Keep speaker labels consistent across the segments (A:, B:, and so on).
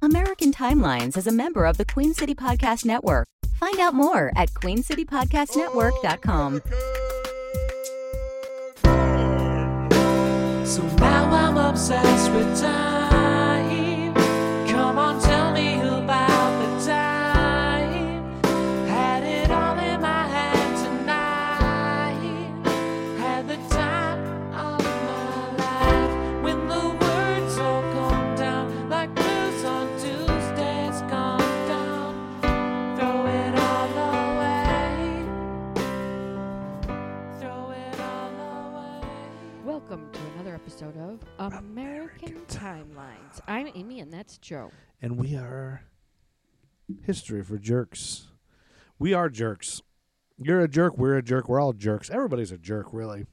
A: American Timelines is a member of the Queen City Podcast Network. Find out more at queencitypodcastnetwork.com.
B: So now I'm obsessed with time. Come on, tell me about the time. Had it all in my head tonight. Had the time of my life. When the words all come down, like blues on Tuesdays gone down. Throw it all away. Throw it all away.
C: Welcome to another episode of American, Timelines. I'm Amy and that's Joe.
D: and we are history for jerks. We are jerks. You're a jerk. We're a jerk. We're all jerks. Everybody's a jerk, really.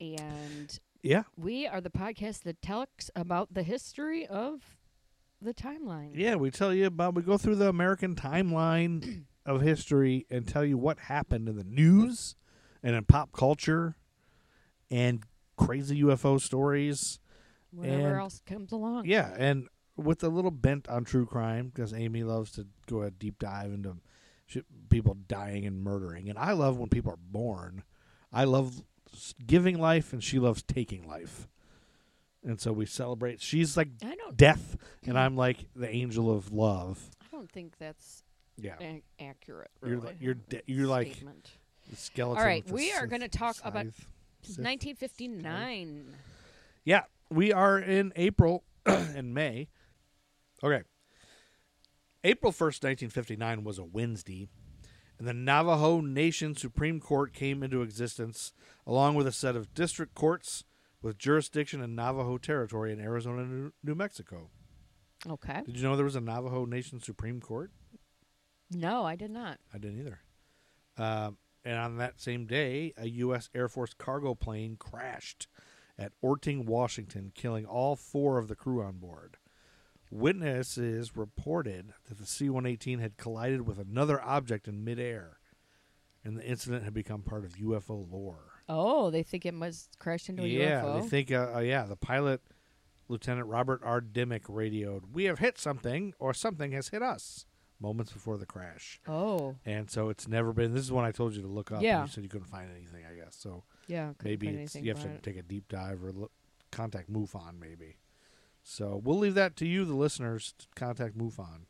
C: And
D: Yeah,
C: we are the podcast that talks about the history of the timeline.
D: yeah. We tell you about. We go through the American timeline of history and tell you what happened in the news and in pop culture and crazy UFO stories.
C: Whatever
D: and-
C: else comes along.
D: Yeah, and with a little bent on true crime because Amy loves to go a deep dive into sh- people dying and murdering, and I love when people are born. I love s- giving life, and she loves taking life, and so we celebrate. She's like
C: I don't
D: death, and I'm like the angel of love.
C: I don't think that's
D: Yeah,
C: ac- accurate.
D: you're
C: really,
D: like you're de- you're like
C: statement.
D: the skeleton.
C: All right,
D: with the
C: we are
D: scythe-
C: gonna talk about
D: scythe- scythe.
C: 1959.
D: Yeah, we are in April and May. Okay. April 1st, 1959 was a Wednesday, and the Navajo Nation Supreme Court came into existence along with a set of district courts with jurisdiction in Navajo territory in Arizona and New- New Mexico.
C: Okay.
D: Did you know there was a Navajo Nation Supreme Court?
C: No, I did not.
D: I didn't either. Um, and on that same day, a U.S. Air Force cargo plane crashed at Orting, Washington, killing all four of the crew on board. Witnesses reported that the C 118 had collided with another object in midair, and the incident had become part of UFO lore.
C: Oh, they think it must crash into a
D: yeah,
C: UFO.
D: they think, uh, uh, yeah, the pilot, Lieutenant Robert R. Dimmick, radioed, We have hit something, or something has hit us, moments before the crash.
C: oh,
D: And so it's never been. This is one I told you to look up. and
C: Yeah.
D: you said you couldn't find anything. I guess so.
C: yeah. couldn't
D: maybe
C: find
D: it's,
C: anything
D: you have to
C: about it.
D: take a deep dive or look, contact MUFON maybe. So we'll leave that to you, the listeners, to contact MUFON.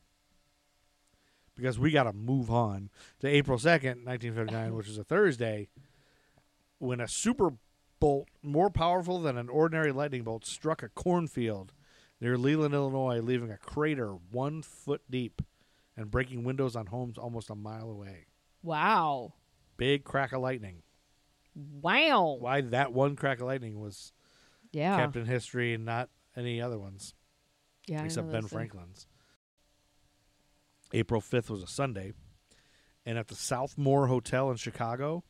D: Because we got to move on to April second, nineteen fifty nine, which is a Thursday, when a super bolt more powerful than an ordinary lightning bolt struck a cornfield near Leland, Illinois, leaving a crater one foot deep and breaking windows on homes almost a mile away
C: Wow.
D: big crack of lightning.
C: Wow.
D: Why that one crack of lightning was
C: Yeah.
D: kept in history and not any other ones
C: yeah I know
D: except
C: those
D: Ben
C: things.
D: Franklin's. April 5th was a Sunday, and at the Southmore Hotel in Chicago,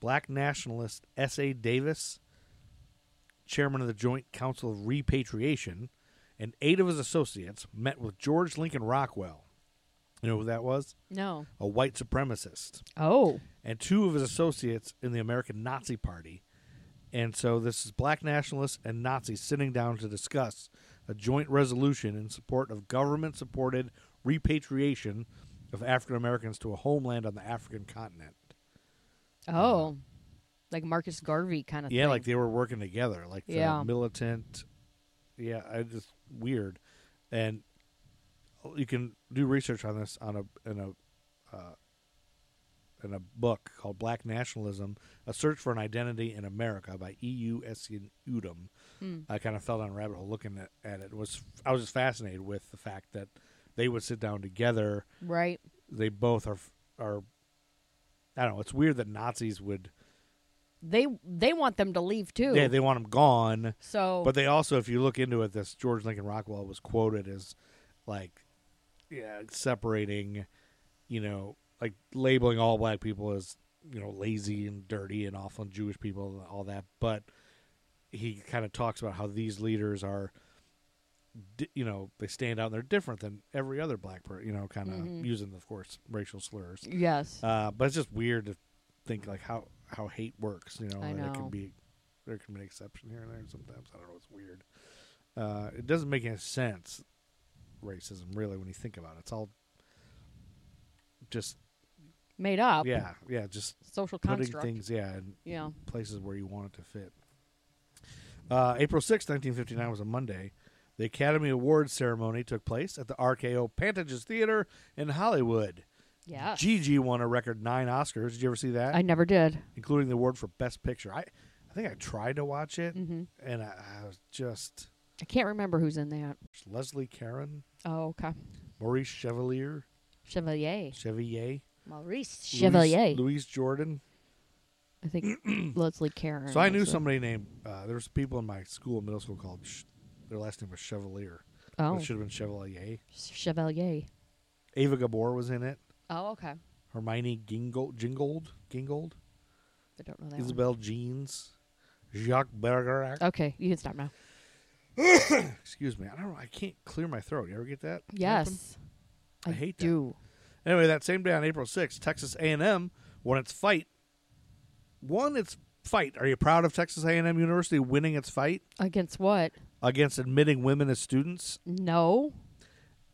D: black nationalist S.A. Davis, chairman of the Joint Council of Repatriation, and eight of his associates met with George Lincoln Rockwell. You know who that was?
C: No.
D: A white supremacist.
C: Oh.
D: and two of his associates in the American Nazi Party. And so this is black nationalists and Nazis sitting down to discuss a joint resolution in support of government supported repatriation of African Americans to a homeland on the African continent.
C: Oh. Like Marcus Garvey kind of
D: Yeah,
C: thing.
D: like they were working together, like the
C: Yeah.
D: militant. Yeah, I just weird, and you can do research on this on a in a uh, in a book called Black Nationalism: A Search for an Identity in America by E. U. S. Udom. I kind of fell down a rabbit hole looking at, at it. It Was I was just fascinated with the fact that they would sit down together
C: right.
D: they both are are I don't know. It's weird that Nazis would.
C: They they want them to leave too.
D: Yeah, they want them gone.
C: so
D: But they also, if you look into it, this George Lincoln Rockwell was quoted as like, yeah, separating, you know, like labeling all black people as you know lazy and dirty and awful and Jewish people and all that. But he kind of talks about how these leaders are, di- you know, they stand out and they're different than every other black person. You know, kind of using, of course, racial slurs.
C: yes.
D: Uh, but it's just weird to think like how how hate works. You know,
C: I
D: and it
C: know.
D: can be there can be an exception here and there sometimes. I don't know. It's weird. Uh, it doesn't make any sense racism, really, when you think about it. It's all just
C: Made up.
D: yeah, yeah, just
C: Social
D: putting
C: construct.
D: things yeah in
C: Yeah.
D: places where you want it to fit. Uh, April sixth, nineteen 1959 was a Monday. The Academy Awards ceremony took place at the RKO Pantages Theater in Hollywood.
C: Yeah.
D: Gigi won a record nine Oscars. Did you ever see that?
C: I never did.
D: Including the award for Best Picture. I, I think I tried to watch it,
C: Mhm.
D: and I, I was just
C: I can't remember who's in that.
D: Leslie Caron,
C: Oh, okay.
D: Maurice Chevalier,
C: Chevalier.
D: Chevalier,
C: Maurice
D: Louise-
C: Chevalier.
D: Louise Jordan.
C: I think Leslie Karen.
D: So I knew
C: was the-
D: somebody named. Uh, there was people in my school, middle school, called. Sh- their last name was Chevalier.
C: Oh,
D: It should have been Chevalier.
C: Chevalier.
D: Ava Gabor was in it.
C: Oh, okay.
D: Hermione Gingold, Gingold, Gingold,
C: I don't know that. one.
D: Isabel Jeans, Jacques Bergerac.
C: Okay, you can stop now.
D: Excuse me. I don't. know. I can't clear my throat. You ever get that? happen?
C: Yes.
D: I hate that.
C: do.
D: Anyway, that same day on April 6th, Texas A&M won its fight. Won its fight. Are you proud of Texas A&M University winning its fight
C: Against what?
D: against admitting women as students?
C: No.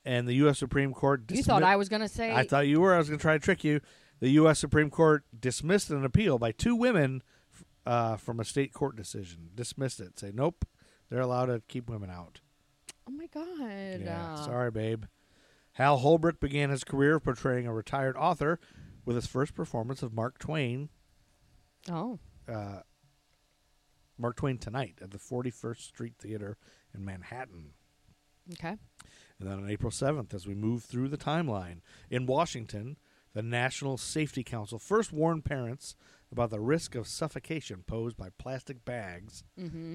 D: And the U.S. Supreme Court.
C: you thought
D: dismi-
C: I was going to say.
D: I thought you were. I was going to try to trick you. The U.S. Supreme Court dismissed an appeal by two women f- uh, from a state court decision. Dismissed it. Say nope. They're allowed to keep women out.
C: Oh my God.
D: Yeah,
C: uh,
D: sorry, babe. Hal Holbrook began his career portraying a retired author with his first performance of Mark Twain,
C: Oh,
D: uh, Mark Twain Tonight at the 41st Street Theater in Manhattan.
C: okay.
D: And then on April 7th, as we move through the timeline, in Washington, the National Safety Council first warned parents about the risk of suffocation posed by plastic bags,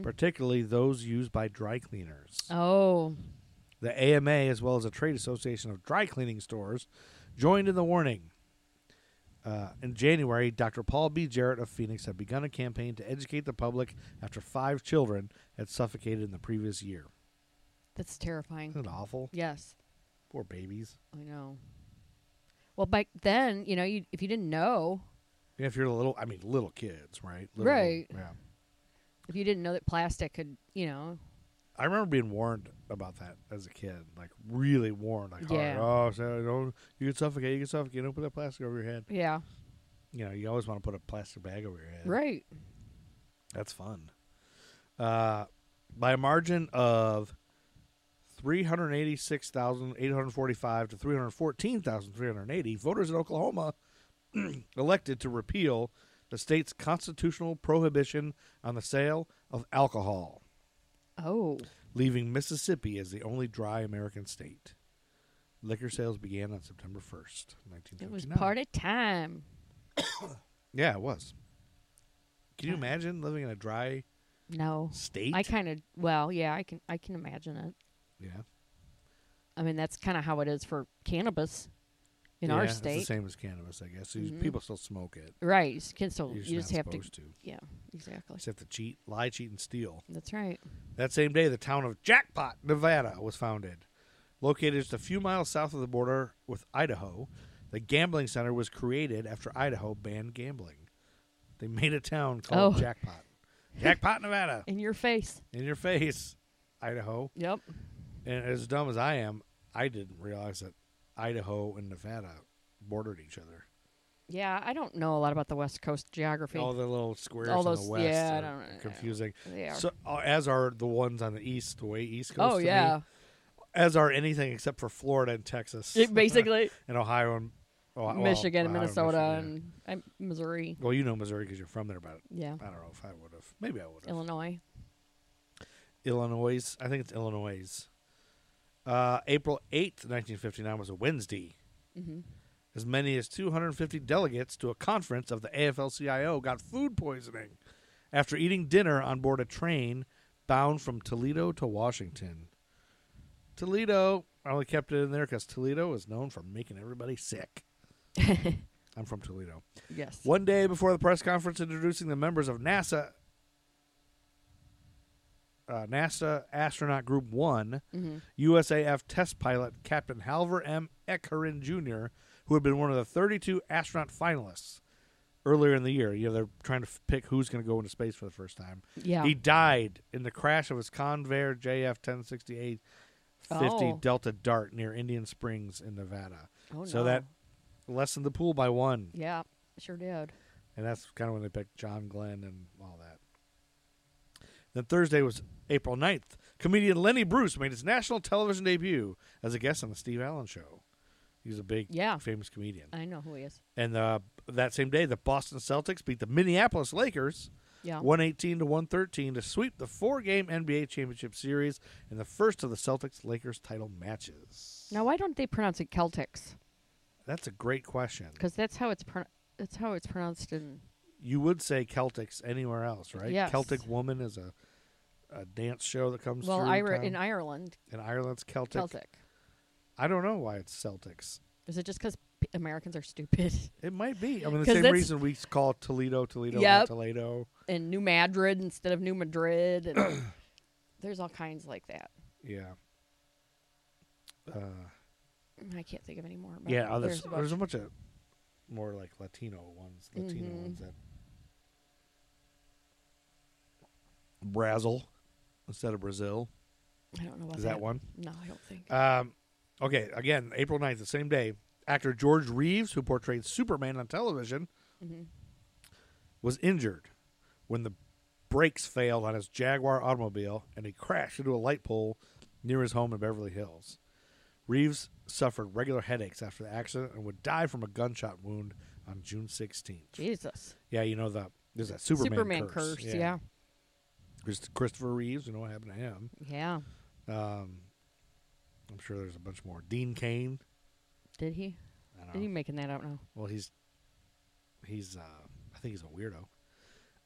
D: particularly those used by dry cleaners.
C: Oh,
D: The AMA, as well as a trade association of dry cleaning stores, joined in the warning. Uh, in January, Dr. Paul B. Jarrett of Phoenix had begun a campaign to educate the public after five children had suffocated in the previous year.
C: that's terrifying.
D: Isn't it awful?
C: Yes,
D: Poor babies.
C: I know. Well, back then, you know, you if you didn't know,
D: Yeah, if you're a little, I mean, little kids, right? Little-
C: Right.
D: Yeah.
C: if you didn't know that plastic could, you know,
D: I remember being warned about that as a kid, like really warned, like
C: Yeah.
D: hard. Oh, so don't you can suffocate, you can suffocate. Don't put that plastic over your head.
C: yeah,
D: You know, you always want to put a plastic bag over your head.
C: right.
D: That's fun. Uh, by a margin of 386,845 to 314,380, voters in Oklahoma elected to repeal the state's constitutional prohibition on the sale of alcohol,
C: Oh,
D: leaving Mississippi as the only dry American state. Liquor sales began on September 1st, 1959.
C: it was part of time.
D: Yeah, it was. Can you imagine living in a dry
C: No,
D: state?
C: I kind of. Well, yeah, I can. I can imagine it.
D: yeah.
C: I mean, that's kind of how it is for cannabis in our
D: Yeah,
C: state,
D: It's the same as cannabis, I guess. So you-
C: Mhm.
D: People still smoke it.
C: right? You s- can still.
D: You're just,
C: you just
D: not
C: have to.
D: supposed to.
C: Yeah, exactly.
D: Just have to cheat, lie, cheat, and steal.
C: That's right.
D: That same day, the town of Jackpot, Nevada, was founded. Located just a few miles south of the border with Idaho, the gambling center was created after Idaho banned gambling. They made a town called
C: Oh.
D: Jackpot. Jackpot, Nevada.
C: In your face.
D: In your face, Idaho.
C: Yep.
D: And as dumb as I am, I didn't realize that Idaho and Nevada bordered each other.
C: Yeah, I don't know a lot about the West Coast geography.
D: All the little squares
C: All
D: on
C: those-
D: the west
C: yeah, I
D: are
C: don't- I don't-
D: confusing.
C: They are.
D: So uh, as are the ones on the east, the way east coast.
C: oh
D: to
C: yeah,
D: me. as are anything except for Florida and Texas.
C: it basically
D: and Ohio and oh, well,
C: Michigan,
D: Ohio and
C: Minnesota,
D: Michigan, yeah.
C: and um, Missouri.
D: well, you know Missouri because you're from there, but
C: Yeah,
D: I don't know if I would have. Maybe I would have.
C: Illinois.
D: Illinois. I think it's Illinois. Uh, April 8th, 1959 was a Wednesday. As many as 250 delegates to a conference of the AFL CIO got food poisoning after eating dinner on board a train bound from Toledo to Washington. Toledo, I only kept it in there because Toledo is known for making everybody sick. I'm from Toledo.
C: Yes.
D: One day before the press conference introducing the members of NASA, uh, NASA Astronaut Group one
C: Mm-hmm.
D: USAF test pilot Captain Halvor M. Eckeren Jr., who had been one of the 32 astronaut finalists earlier in the year. You know, they're trying to f- pick who's going to go into space for the first time.
C: Yeah.
D: He died in the crash of his Convair JF 1068 50
C: Oh.
D: Delta Dart near Indian Springs in Nevada.
C: Oh,
D: so
C: no.
D: that lessened the pool by one.
C: Yeah, sure did.
D: And that's kind of when they picked John Glenn and all that. Then Thursday was April 9th. Comedian Lenny Bruce made his national television debut as a guest on The Steve Allen Show. He's a big,
C: Yeah.
D: famous comedian.
C: I know who he is.
D: And uh, that same day, the Boston Celtics beat the Minneapolis Lakers
C: Yeah.
D: 118 to 113 to sweep the four game NBA championship series in the first of the Celtics Lakers title matches.
C: Now, why don't they pronounce it Celtics?
D: That's a great question.
C: Because that's how it's pro- that's how it's pronounced in.
D: You would say Celtics anywhere else, right?
C: Yes.
D: Celtic Woman is a, a dance show that comes
C: Well,
D: through
C: Ira-
D: town.
C: in Ireland,
D: In Ireland's Celtic.
C: Celtic.
D: I don't know why it's Celtics.
C: Is it just because p- Americans are stupid?
D: It might be. I mean, the
C: 'Cause
D: same
C: that's-
D: reason we call Toledo Toledo not
C: Yep.
D: Toledo.
C: And New Madrid instead of New Madrid, and there's all kinds like that.
D: Yeah. Uh,
C: I can't think of any more. About
D: Yeah,
C: it.
D: others.
C: a
D: There's a
C: bunch.
D: bunch of more like Latino ones. Latino
C: Mhm.
D: ones that Brazil instead of Brazil.
C: I don't know about
D: Is that one?
C: No, I don't think.
D: Um, okay, again, April 9th, the same day. Actor George Reeves, who portrayed Superman on television,
C: Mhm.
D: was injured when the brakes failed on his Jaguar automobile and he crashed into a light pole near his home in Beverly Hills. Reeves suffered regular headaches after the accident and would die from a gunshot wound on June 16th.
C: Jesus.
D: Yeah, you know the there's that Superman,
C: curse. Yeah.
D: Christ- Christopher Reeves, you know what happened to him.
C: Yeah.
D: Um, I'm sure there's a bunch more. Dean Kane.
C: Did he?
D: I don't
C: Did
D: know.
C: he making that up now?
D: Well, he's he's uh, I think he's a weirdo.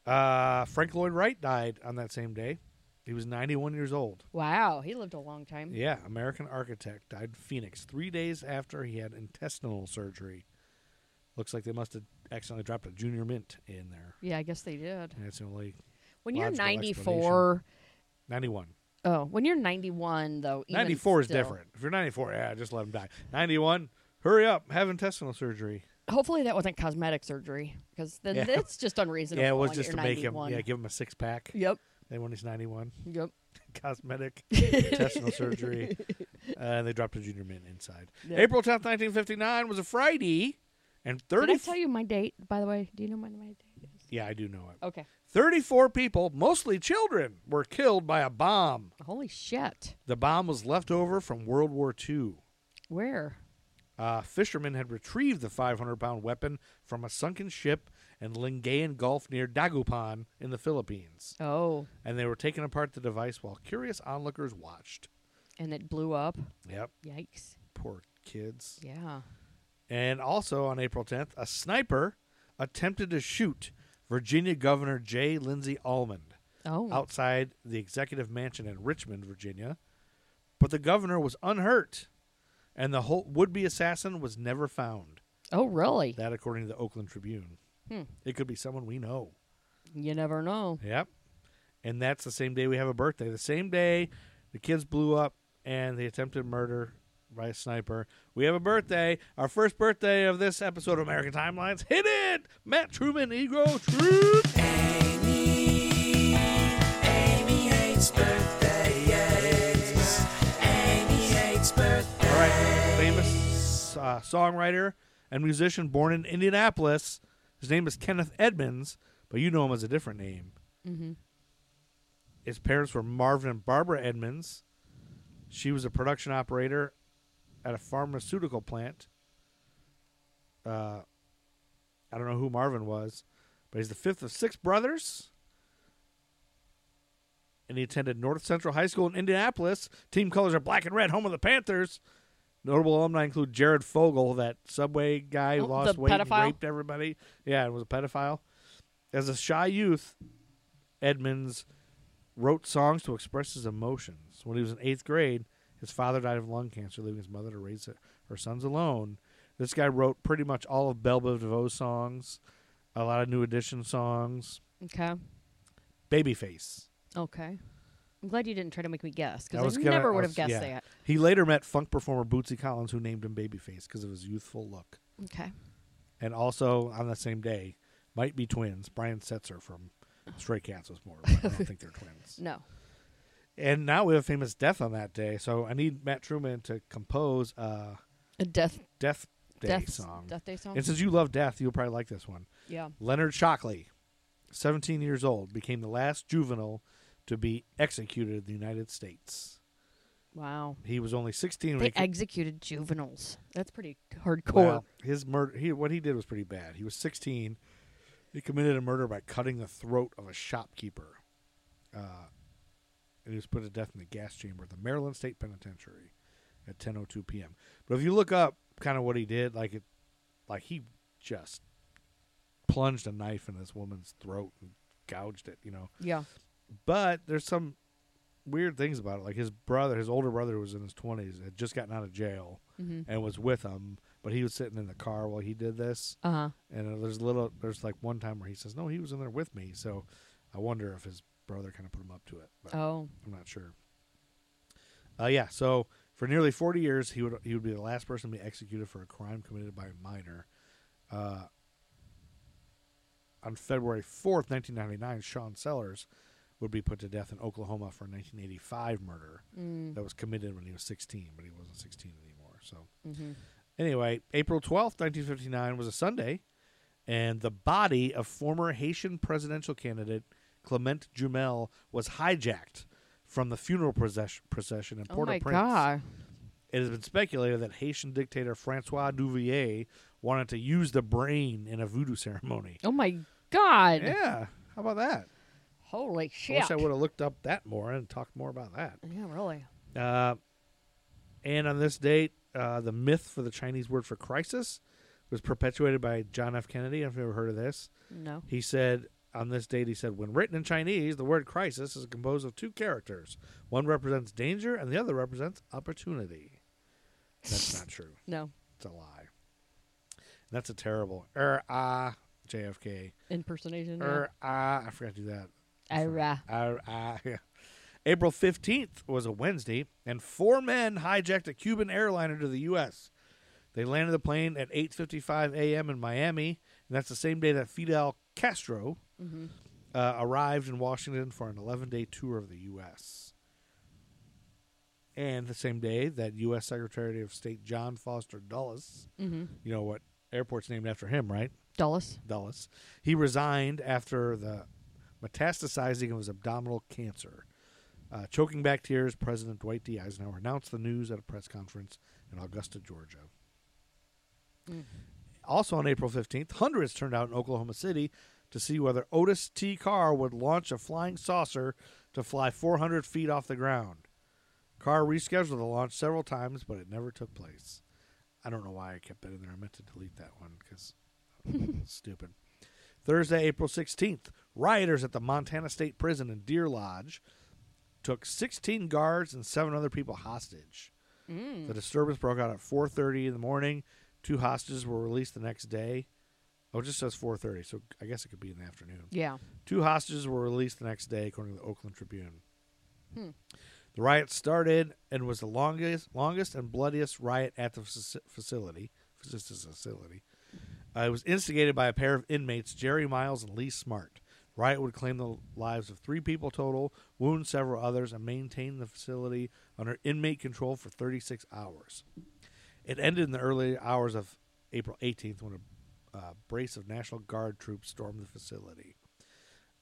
D: Uh, Frank Lloyd Wright died on that same day. He was 91 years old.
C: Wow, he lived a long time.
D: Yeah, American architect died in Phoenix three days after he had intestinal surgery. Looks like they must have accidentally dropped a junior mint in there.
C: Yeah, I guess they did.
D: And it's only
C: When you're
D: Logical
C: 94,
D: 91.
C: oh, when you're 91 though, even
D: 94 is
C: still-
D: different. If you're 94, yeah, just let him die. 91, hurry up, have intestinal surgery.
C: Hopefully that wasn't cosmetic surgery because then
D: Yeah.
C: that's just unreasonable.
D: yeah, it was
C: when
D: just
C: you're
D: to make him,
C: 91.
D: yeah, give him a six pack.
C: Yep.
D: Then when he's 91,
C: Yep.
D: cosmetic intestinal surgery. Uh, and they dropped a junior mint inside.
C: Yeah.
D: April 10th, 1959 was a Friday. And 30.
C: Did I tell you my date? By the way, do you know my, my date? is?
D: Yeah, I do know it.
C: Okay.
D: 34 people, mostly children, were killed by a bomb.
C: Holy shit!
D: The bomb was left over from World War II.
C: Where?
D: Uh, fishermen had retrieved the 500 pound weapon from a sunken ship in Lingayen Gulf near Dagupan in the Philippines.
C: Oh,
D: And they were taking apart the device while curious onlookers watched.
C: and it blew up.
D: Yep,
C: Yikes!
D: poor kids.
C: Yeah.
D: And also on April 10th, a sniper attempted to shoot Virginia Governor J. Lindsey Almond
C: Oh.
D: outside the executive mansion in Richmond, Virginia. But the governor was unhurt, and the whole would be assassin was never found.
C: Oh, really?
D: That, according to the Oakland Tribune,
C: Hmm.
D: it could be someone we know.
C: You never know.
D: Yep. And that's the same day we have a birthday. The same day the kids blew up and the attempted murder by a sniper. We have a birthday. Our first birthday of this episode of American Timelines. Hit it! Matt Truman, Ego Truth.
B: Amy hates birthdays. Amy hates birthdays.
D: All right, famous uh, songwriter and musician born in Indianapolis. His name is Kenneth Edmonds, but you know him as a different name.
C: Mm-hmm.
D: His parents were Marvin and Barbara Edmonds. She was a production operator at a pharmaceutical plant. Uh, I don't know who Marvin was, but he's the fifth of six brothers. And he attended North Central High School in Indianapolis. Team colors are black and red, home of the Panthers. Notable alumni include Jared Fogle, that subway guy who
C: Oh,
D: lost
C: the
D: weight
C: pedophile?
D: and raped everybody. Yeah, and was a pedophile. As a shy youth, Edmonds wrote songs to express his emotions. When he was in eighth grade, his father died of lung cancer, leaving his mother to raise her- her sons alone. This guy wrote pretty much all of Belle Biv DeVoe's songs, a lot of New Edition songs,
C: Okay.
D: Babyface.
C: Okay. I'm glad you didn't try to make me guess
D: I
C: because I,
D: was gonna-
C: never
D: I
C: would
D: was-
C: have guessed
D: yeah.
C: that.
D: He later met funk performer Bootsy Collins, who named him Babyface because of his youthful look.
C: Okay.
D: And also on the same day, might be twins. Brian Setzer from Stray Cats was born. but I don't think they're twins.
C: No.
D: And now we have famous death on that day, so I need Matt Truman to compose a
C: A death
D: death day
C: death
D: song.
C: Death Day song.
D: And since you love death, you'll probably like this one.
C: yeah.
D: Leonard Shockley, 17 years old, became the last juvenile to be executed in the United States.
C: Wow.
D: He was only 16 when
C: They
D: he co-
C: executed juveniles. That's pretty hardcore.
D: Well, his murder, he, what he did was pretty bad. He was 16. He committed a murder by cutting the throat of a shopkeeper. Uh, and he was put to death in the gas chamber at the Maryland State Penitentiary at 10:02 p.m. But if you look up kind of what he did, like it, like he just plunged a knife in this woman's throat and gouged it, you know.
C: yeah.
D: But there's some weird things about it. Like his brother, his older brother, who was in his 20s, had just gotten out of jail
C: Mm-hmm.
D: and was with him, but he was sitting in the car while he did this.
C: Uh huh.
D: And there's a little, there's like one time where he says, "No, he was in there with me." So I wonder if his brother kind of put him up to it. But
C: Oh.
D: I'm not sure. Uh, yeah. So for nearly 40 years, he would he would be the last person to be executed for a crime committed by a minor. Uh, on February 4th, 1999, Sean Sellers would be put to death in Oklahoma for a 1985 murder
C: Mm.
D: that was committed when he was 16, but he wasn't 16 anymore. So.
C: Mm-hmm.
D: Anyway, April 12th, 1959 was a Sunday, and the body of former Haitian presidential candidate Clement Jumel was hijacked from the funeral process- procession in
C: Oh my
D: Port-au-Prince.
C: god.
D: It has been speculated that Haitian dictator Francois Duvier wanted to use the brain in a voodoo ceremony.
C: Oh my god.
D: Yeah, how about that?
C: Holy
D: I
C: shit.
D: wish I would have looked up that more and talked more about that.
C: yeah, really.
D: Uh, and on this date, uh, the myth for the Chinese word for crisis was perpetuated by John F. Kennedy. I've never heard of this.
C: No.
D: He said on this date, he said, when written in Chinese, the word crisis is composed of two characters. One represents danger, and the other represents opportunity. That's not true.
C: No.
D: It's a lie. That's a terrible. Er ah JFK.
C: Impersonation. yeah.
D: Er ah. I forgot to do that.
C: Ira.
D: Ar- ah, yeah. April 15th was a Wednesday, and four men hijacked a Cuban airliner to the U.S. They landed the plane at 8:55 a.m. in Miami, and that's the same day that Fidel Castro uh, arrived in Washington for an 11-day tour of the U.S. And the same day that U.S. Secretary of State John Foster Dulles, you know what airport's named after him, right?
C: Dulles.
D: Dulles. He resigned after the metastasizing of his abdominal cancer. Uh, choking back tears, President Dwight D. Eisenhower announced the news at a press conference in Augusta, Georgia. Also on April 15th, hundreds turned out in Oklahoma City to see whether Otis T. Carr would launch a flying saucer to fly 400 feet off the ground. Carr rescheduled the launch several times, but it never took place. I don't know why I kept that in there. I meant to delete that one because stupid. Thursday, April 16th, rioters at the Montana State Prison in Deer Lodge took 16 guards and seven other people hostage. The disturbance broke out at 4:30 in the morning. Two hostages were released the next day. Oh, it just says 4:30, so I guess it could be in the afternoon.
C: Yeah.
D: Two hostages were released the next day, according to the Oakland Tribune. The riot started and was the longest, longest and bloodiest riot at the faci- facility. faci- Facility. Uh, it was instigated by a pair of inmates, Jerry Miles and Lee Smart. Riot would claim the lives of three people total, wound several others, and maintain the facility under inmate control for 36 hours. It ended in the early hours of April 18th when a uh, brace of National Guard troops stormed the facility.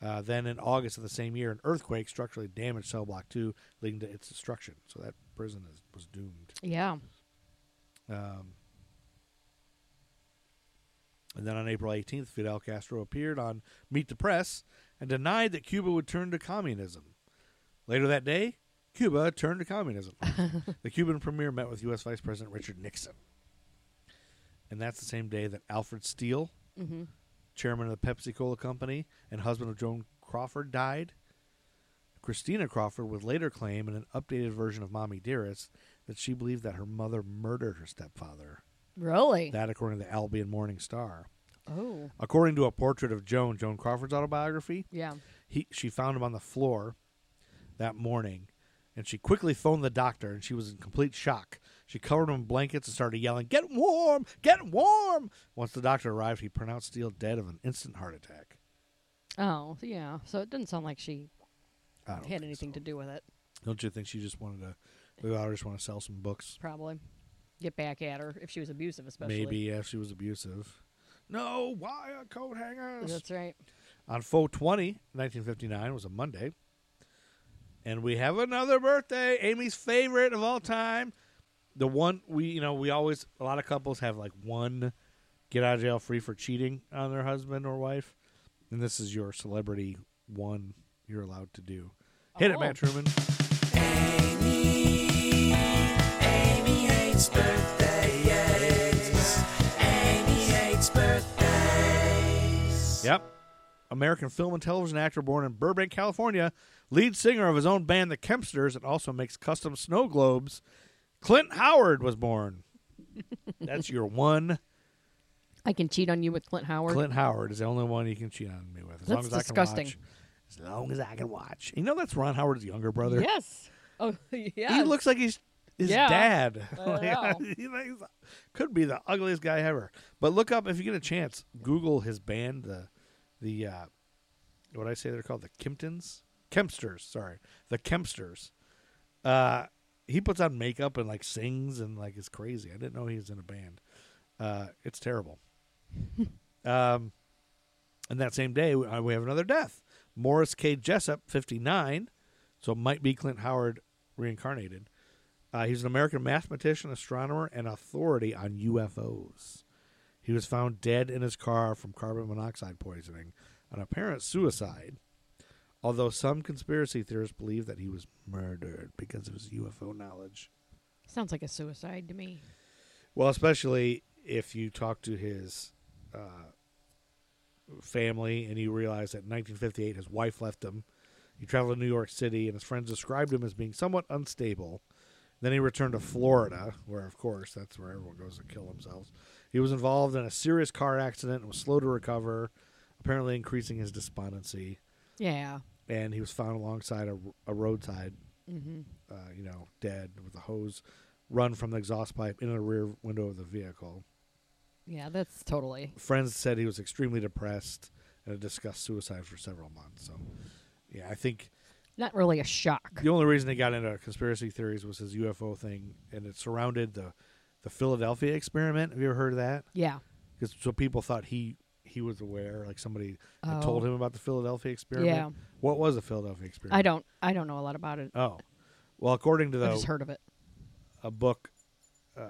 D: Uh, then in August of the same year, an earthquake structurally damaged cell block two, leading to its destruction. So that prison is, was doomed.
C: Yeah.
D: Um, and then on April 18th, Fidel Castro appeared on Meet the Press and denied that Cuba would turn to communism. Later that day, Cuba turned to communism. the Cuban premier met with U.S. Vice President Richard Nixon. And that's the same day that Alfred Steele, chairman of the Pepsi Cola Company and husband of Joan Crawford, died. Christina Crawford would later claim in an updated version of Mommy Dearest that she believed that her mother murdered her stepfather.
C: Really.
D: That, according to the Albion Morning Star.
C: oh.
D: According to a portrait of Joan, Joan Crawford's autobiography,
C: Yeah.
D: he, she found him on the floor that morning and she quickly phoned the doctor and she was in complete shock. She covered him in blankets and started yelling, Get warm! Get warm! Once the doctor arrived, he pronounced Steele dead of an instant heart attack.
C: Oh. Yeah. So it didn't sound like she
D: I don't
C: had
D: think
C: anything
D: so.
C: to do with it.
D: Don't you think she just wanted to? The daughter just want to sell some books.
C: Probably. Get back at her if she was abusive, especially.
D: Maybe yeah, she was abusive. No, why a coat hangers?
C: That's right.
D: On 420, 1959 was a Monday. And we have another birthday, Amy's favorite of all time. The one we, you know, we always, a lot of couples have like one get out of jail free for cheating on their husband or wife. And this is your celebrity one you're allowed to do. Hit it,
C: Oh.
D: Matt Truman. Yep. American film and television actor born in Burbank, California, lead singer of his own band, the Kempsters, and also makes custom snow globes. Clint Howard was born. That's your one.
C: I can cheat on you with Clint Howard.
D: Clint Howard is the only one you can cheat on me with. As long as
C: That's
D: I
C: disgusting.
D: can watch. As long as I can watch. You know that's Ron Howard's younger brother.
C: Yes. Oh, yeah.
D: He looks like he's his
C: Yeah.
D: dad. Like,
C: know.
D: he's like- he's- could be the ugliest guy ever. But look up if you get a chance. Google his band, the the uh, what I say they're called the Kemptons, Kempsters. Sorry, the Kempsters. Uh, he puts on makeup and like sings and like is crazy. I didn't know he was in a band. Uh, it's terrible. um, and that same day we, uh, we have another death. Morris K. Jessup, fifty nine. So it might be Clint Howard reincarnated. Uh, he's an American mathematician, astronomer, and authority on UFOs. He was found dead in his car from carbon monoxide poisoning, an apparent suicide. Although some conspiracy theorists believe that he was murdered because of his UFO knowledge.
C: Sounds like a suicide to me.
D: Well, especially if you talk to his uh, family and you realize that in 1958 his wife left him. He traveled to New York City and his friends described him as being somewhat unstable. Then he returned to Florida, where, of course, that's where everyone goes to kill themselves. He was involved in a serious car accident and was slow to recover, apparently increasing his despondency.
C: Yeah.
D: And he was found alongside a, a roadside
C: Mm-hmm.
D: uh, you know, dead with a hose run from the exhaust pipe into the rear window of the vehicle.
C: Yeah, that's totally.
D: Friends said he was extremely depressed and had discussed suicide for several months. So, yeah, I think
C: Not really a shock.
D: the only reason he got into conspiracy theories was his UFO thing, and it surrounded the the Philadelphia experiment. Have you ever heard of that?
C: Yeah.
D: Because so people thought he he was aware, like somebody had
C: Oh.
D: told him about the Philadelphia experiment.
C: Yeah.
D: What was the Philadelphia experiment?
C: I don't I don't know a lot about it.
D: Oh, well, according to
C: I
D: the
C: just heard of it.
D: a book. Uh,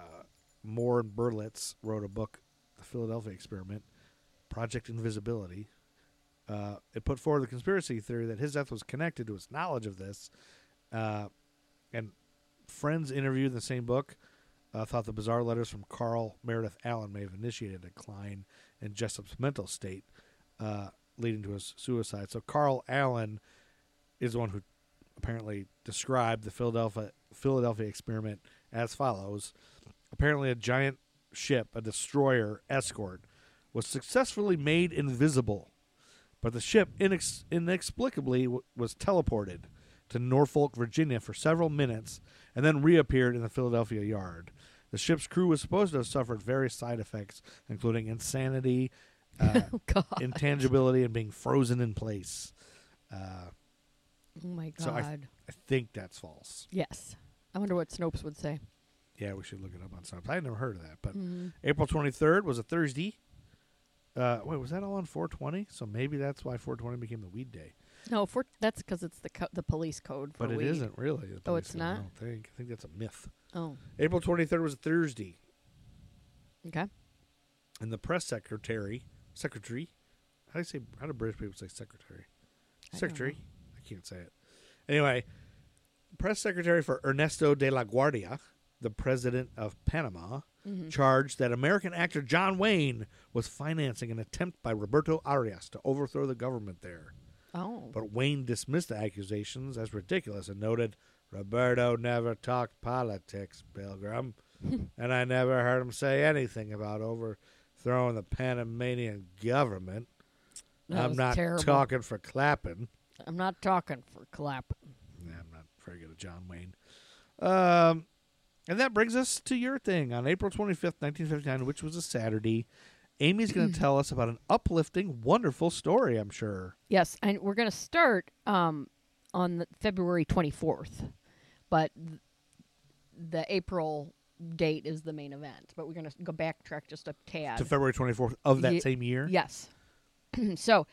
D: Moore and Berlitz wrote a book, The Philadelphia Experiment, Project Invisibility. Uh, it put forward the conspiracy theory that his death was connected to his knowledge of this. Uh, and friends interviewed in the same book uh, thought the bizarre letters from Carl Meredith Allen may have initiated a decline in Jessup's mental state, uh, leading to his suicide. So Carl Allen is the one who apparently described the Philadelphia Philadelphia experiment as follows. Apparently, a giant ship, a destroyer escort, was successfully made invisible, but the ship inex- inexplicably w- was teleported to Norfolk, Virginia for several minutes and then reappeared in the Philadelphia yard. The ship's crew was supposed to have suffered various side effects, including insanity, uh,
C: Oh, God.
D: intangibility, and being frozen in place. Uh,
C: Oh my god.
D: so I, I think that's false.
C: yes. I wonder what Snopes would say.
D: Yeah, we should look it up on Snopes. I had never heard of that, but
C: Mm-hmm.
D: April 23rd was a Thursday. Uh, wait, was that all on 420? So maybe that's why 420 became the weed day.
C: No, for that's because it's the co- the police code for
D: But it
C: weed.
D: isn't really. the
C: Oh,
D: police
C: it's
D: code, I
C: not?
D: don't think. I think that's a myth.
C: Oh,
D: April 23rd was a Thursday,
C: okay.
D: and the press secretary, secretary, how do you say? How do British people say secretary?
C: I don't
D: Secretary. I can't say it. Anyway, press secretary for Ernesto de la Guardia, the president of Panama,
C: Mm-hmm.
D: charged that American actor John Wayne was financing an attempt by Roberto Arias to overthrow the government there.
C: Oh,
D: But Wayne dismissed the accusations as ridiculous and noted, Roberto never talked politics, Pilgrim, and I never heard him say anything about overthrowing the Panamanian government.
C: that
D: I'm
C: was
D: not
C: terrible.
D: talking for clapping.
C: I'm not talking for clap.
D: Yeah, I'm not very good at John Wayne. Um, and that brings us to your thing on April 25th, 1959, which was a Saturday. Amy's going to tell us about an uplifting, wonderful story, I'm sure.
C: Yes, and we're going to start um, on the February 24th. but th- the April date is the main event. But we're going to go backtrack just a tad.
D: to February 24th of that
C: Ye-
D: same year.
C: Yes. so,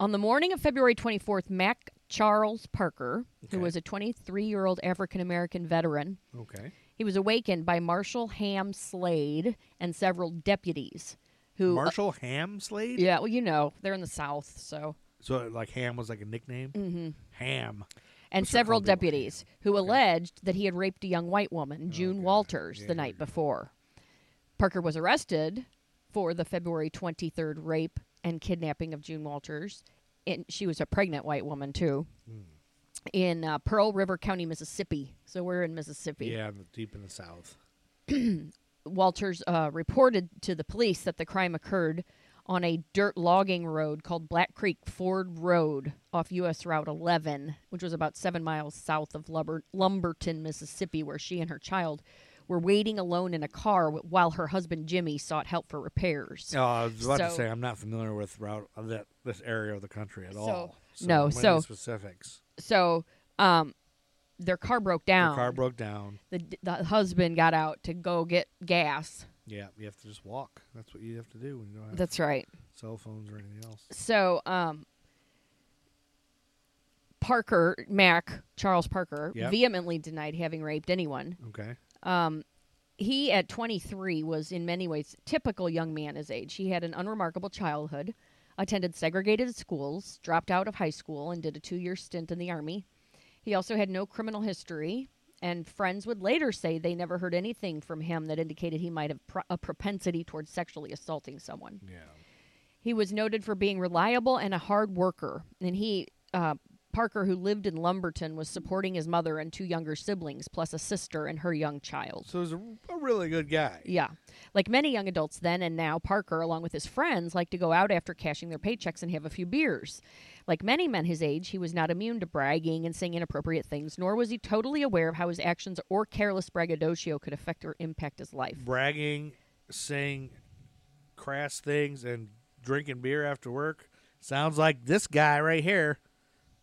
C: on the morning of February 24th, Mac Charles Parker,
D: Okay.
C: who was a 23 year old African American veteran,
D: Okay.
C: he was awakened by Marshall Ham Slade and several deputies who.
D: Marshall Ham Slade.
C: uh, yeah, well, you know, they're in the South, so.
D: So like Ham was like a nickname. Mm-hmm. Ham.
C: And
D: Mr.
C: several
D: Colby White.
C: deputies who alleged that he had raped a young white woman, June Walters,
D: Yeah,
C: the night before. Parker was arrested for the February 23rd rape and kidnapping of June Walters. And she was a pregnant white woman, too, in uh, Pearl River County, Mississippi. So we're in Mississippi.
D: Yeah, in the- deep in the South.
C: Walters uh, reported to the police that the crime occurred on a dirt logging road called Black Creek Ford Road off U.S. Route 11, which was about seven miles south of Lumber- Lumberton, Mississippi, where she and her child were waiting alone in a car wh- while her husband Jimmy sought help for repairs.
D: Oh, I was about to
C: So-
D: say I'm not familiar with route of that this area of the country at
C: So-
D: all.
C: no,
D: what are
C: so-
D: the specifics.
C: So, um, their car broke
D: The
C: down.
D: car broke down.
C: the, d- the husband got out to go get gas.
D: Yeah, you have to just walk. That's what you have to do when you don't have
C: That's right.
D: cell phones or anything else.
C: so um Parker Mac Charles Parker
D: Yep.
C: vehemently denied having raped anyone.
D: Okay.
C: He at 23 was in many ways typical young man his age. He had an unremarkable childhood, attended segregated schools, dropped out of high school and did a 2-year stint in the army. He also had no criminal history and friends would later say they never heard anything from him that indicated he might have pro- a propensity towards sexually assaulting someone.
D: Yeah.
C: He was noted for being reliable and a hard worker. And he, uh, Parker, who lived in Lumberton, was supporting his mother and two younger siblings, plus a sister and her young child.
D: So he's a, a really good guy.
C: Yeah. Like many young adults then and now, Parker, along with his friends, like to go out after cashing their paychecks and have a few beers. Like many men his age, he was not immune to bragging and saying inappropriate things, nor was he totally aware of how his actions or careless braggadocio could affect or impact his life.
D: Bragging, saying crass things, and drinking beer after work sounds like this guy right here.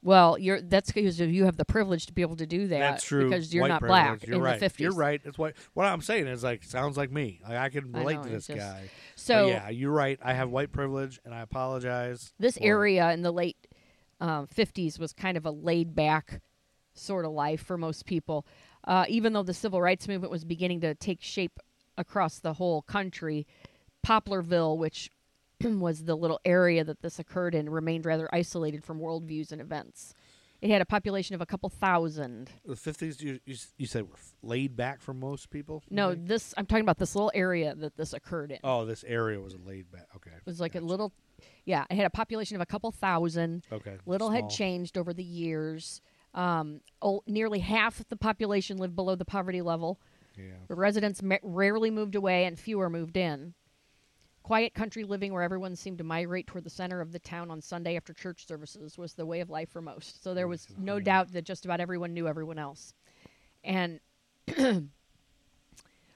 C: Well, you're that's because you have the privilege to be able to do that.
D: That's true.
C: Because you're
D: White
C: not
D: privilege.
C: black
D: You're
C: in
D: right.
C: the fifties.
D: You're right. That's what what I'm saying is like sounds like me. Like I can
C: I
D: relate
C: know,
D: to
C: it's
D: this
C: just-
D: guy.
C: So
D: but yeah, you're right. I have white privilege, and I apologize.
C: this
D: for-
C: area in the late um, fifties was kind of a laid back sort of life for most people. Uh, even though the civil rights movement was beginning to take shape across the whole country, Poplarville, which was the little area that this occurred in, remained rather isolated from worldviews and events. It had a population of a couple thousand.
D: the fifties. You, you s- you said were f- laid back for most people. you
C: No,
D: think?
C: this I'm talking about this little area that this occurred in.
D: Mm-hmm. Oh, this area was laid back. Okay.
C: It was like a little, yeah, it had a population of a couple thousand.
D: Okay.
C: Little had
D: small.
C: changed over the years. Um, oh, nearly half the population lived below the poverty level.
D: Yeah.
C: The residents ma- rarely moved away, and fewer moved in. Quiet country living where everyone seemed to migrate toward the center of the town on Sunday after church services was the way of life for most. So there was no doubt that just about everyone knew everyone else. And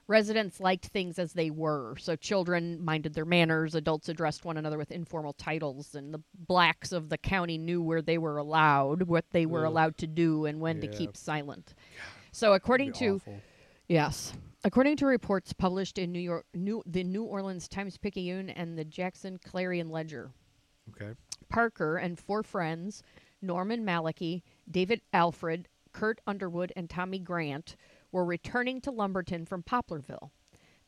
C: residents liked things as they were. So children minded their manners, adults addressed one another with informal titles, and the blacks of the county knew where they were allowed, what they were
D: Ugh.
C: allowed to do, and when to
D: Yeah.
C: keep silent. So according
D: Be
C: to
D: awful.
C: Yes. According to reports published in New York, New, the New Orleans Times Picayune and the Jackson Clarion Ledger,
D: Okay.
C: Parker and four friends, Norman Malachi, David Alfred, Kurt Underwood, and Tommy Grant, were returning to Lumberton from Poplarville.